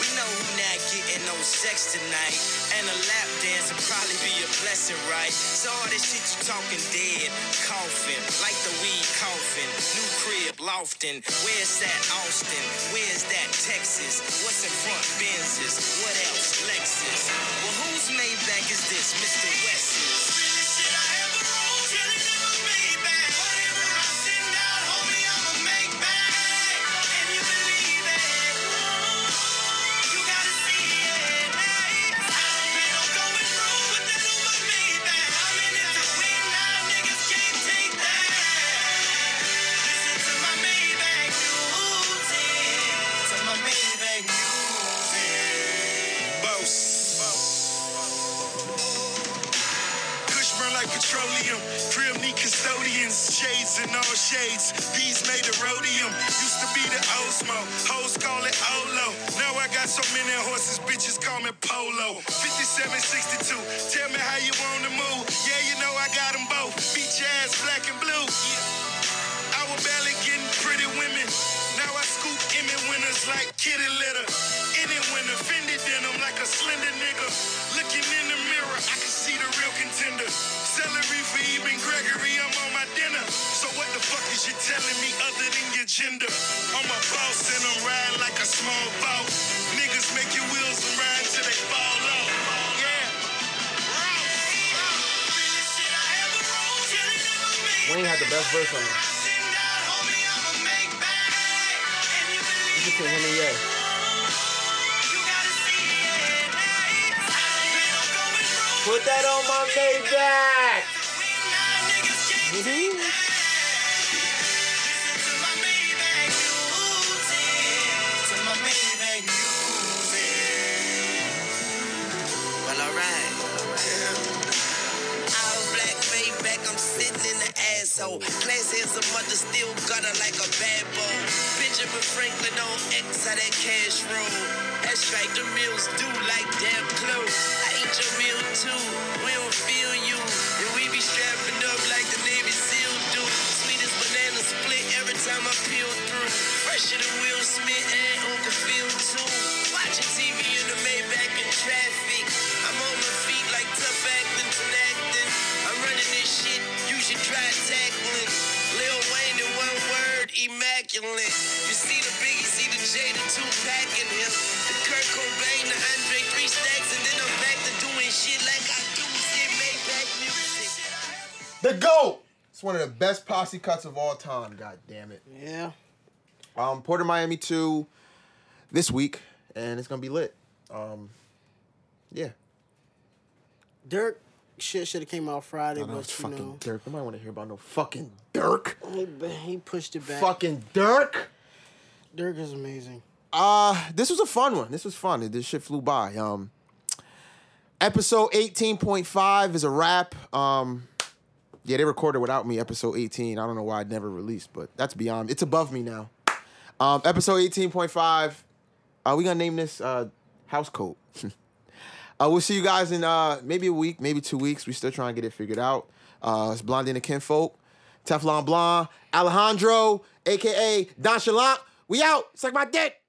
S3: We
S9: know we not getting no sex tonight. And a lap dance will probably be a blessing, right? So all this shit you talking dead, coughing, like the weed coughing. New crib, lofting. Where's that Austin? Where's that Texas? What's in front Benz's? What else? Lexus. Well, whose Maybach is this? Mr. West's. Shit, I ever owned, really never made back. Whatever I send out, homie, I'ma make back. Can you believe it? You gotta see it. I've been on going wrong with that Uber Maybach. I'm in it to win, now niggas can't take that. Listen to my Maybach music. To my Maybach music.
S3: Kush burn like petroleum. Crib need custodians. Shades in all shades. Bees made of rhodium. Used to be the Osmo. Hoes call it Olo. Now I got so many horses, bitches call me Polo. 5762. Tell me how you want to move. Yeah, you know I got 'em both. Beat your ass black and blue. I was barely getting pretty women. Now I scoop Emmy winners like kitty litter. Any winner, fended denim like a slender nigga. Looking in the mirror, I can see the real contender. Celery for even Gregory, I'm on my dinner. So what the fuck is you telling me other than your gender? I'm a boss and I'm riding like a small boat. Niggas make your wheels and ride till they fall off. Yeah.
S1: Wayne had the best verse on it. You just can't hear me yet.
S9: Put that on my Maybach.
S1: Mm-hmm.
S9: Well, alright. All black Maybach, I'm sitting in the asshole. Glass heads a mother still gutter like a bad boy. Benjamin Franklin on X how that cash roll. That's right, the meals do like damn close. I eat your meal too. We don't feel you. And we be strapping up like the Navy SEAL do. Sweetest banana split every time I peel through. Fresher than Will Smith and Uncle Phil too. Watching TV in the Maybach in traffic. I'm on my feet like tough acting and acting. I'm running this shit. You should try tackling. Lil Wayne in one word, immaculate. You see the Biggie, see the J, the Tupac in him. The Kurt Cobain, the Andre, three stacks, and then I'm back to doing shit like I do. Shit, Maybach music.
S1: The GOAT! It's one of the best posse cuts of all time, god damn it.
S2: Yeah.
S1: Um, Port of Miami 2 this week, and it's gonna be lit. Um, yeah.
S2: Dirk shit should have came out Friday,
S1: Not
S2: but you
S1: fucking
S2: know
S1: Dirk. Nobody wanna hear about no fucking Dirk.
S2: he, he pushed it back.
S1: Fucking Dirk.
S2: Dirk is amazing.
S1: Uh, this was a fun one. This was fun. This shit flew by. Um, episode 18.5 is a wrap. Um, yeah, they recorded without me episode 18. I don't know why it never released, but that's beyond. It's above me now. Um, episode 18.5. Uh, we gonna name this uh house code. uh, we'll see you guys in uh maybe a week, maybe two weeks. We still trying to get it figured out. Uh, it's Blondie and the Kinfolk, Teflon Blonde, Alejandro, aka Don Chalant. We out. Suck my dick.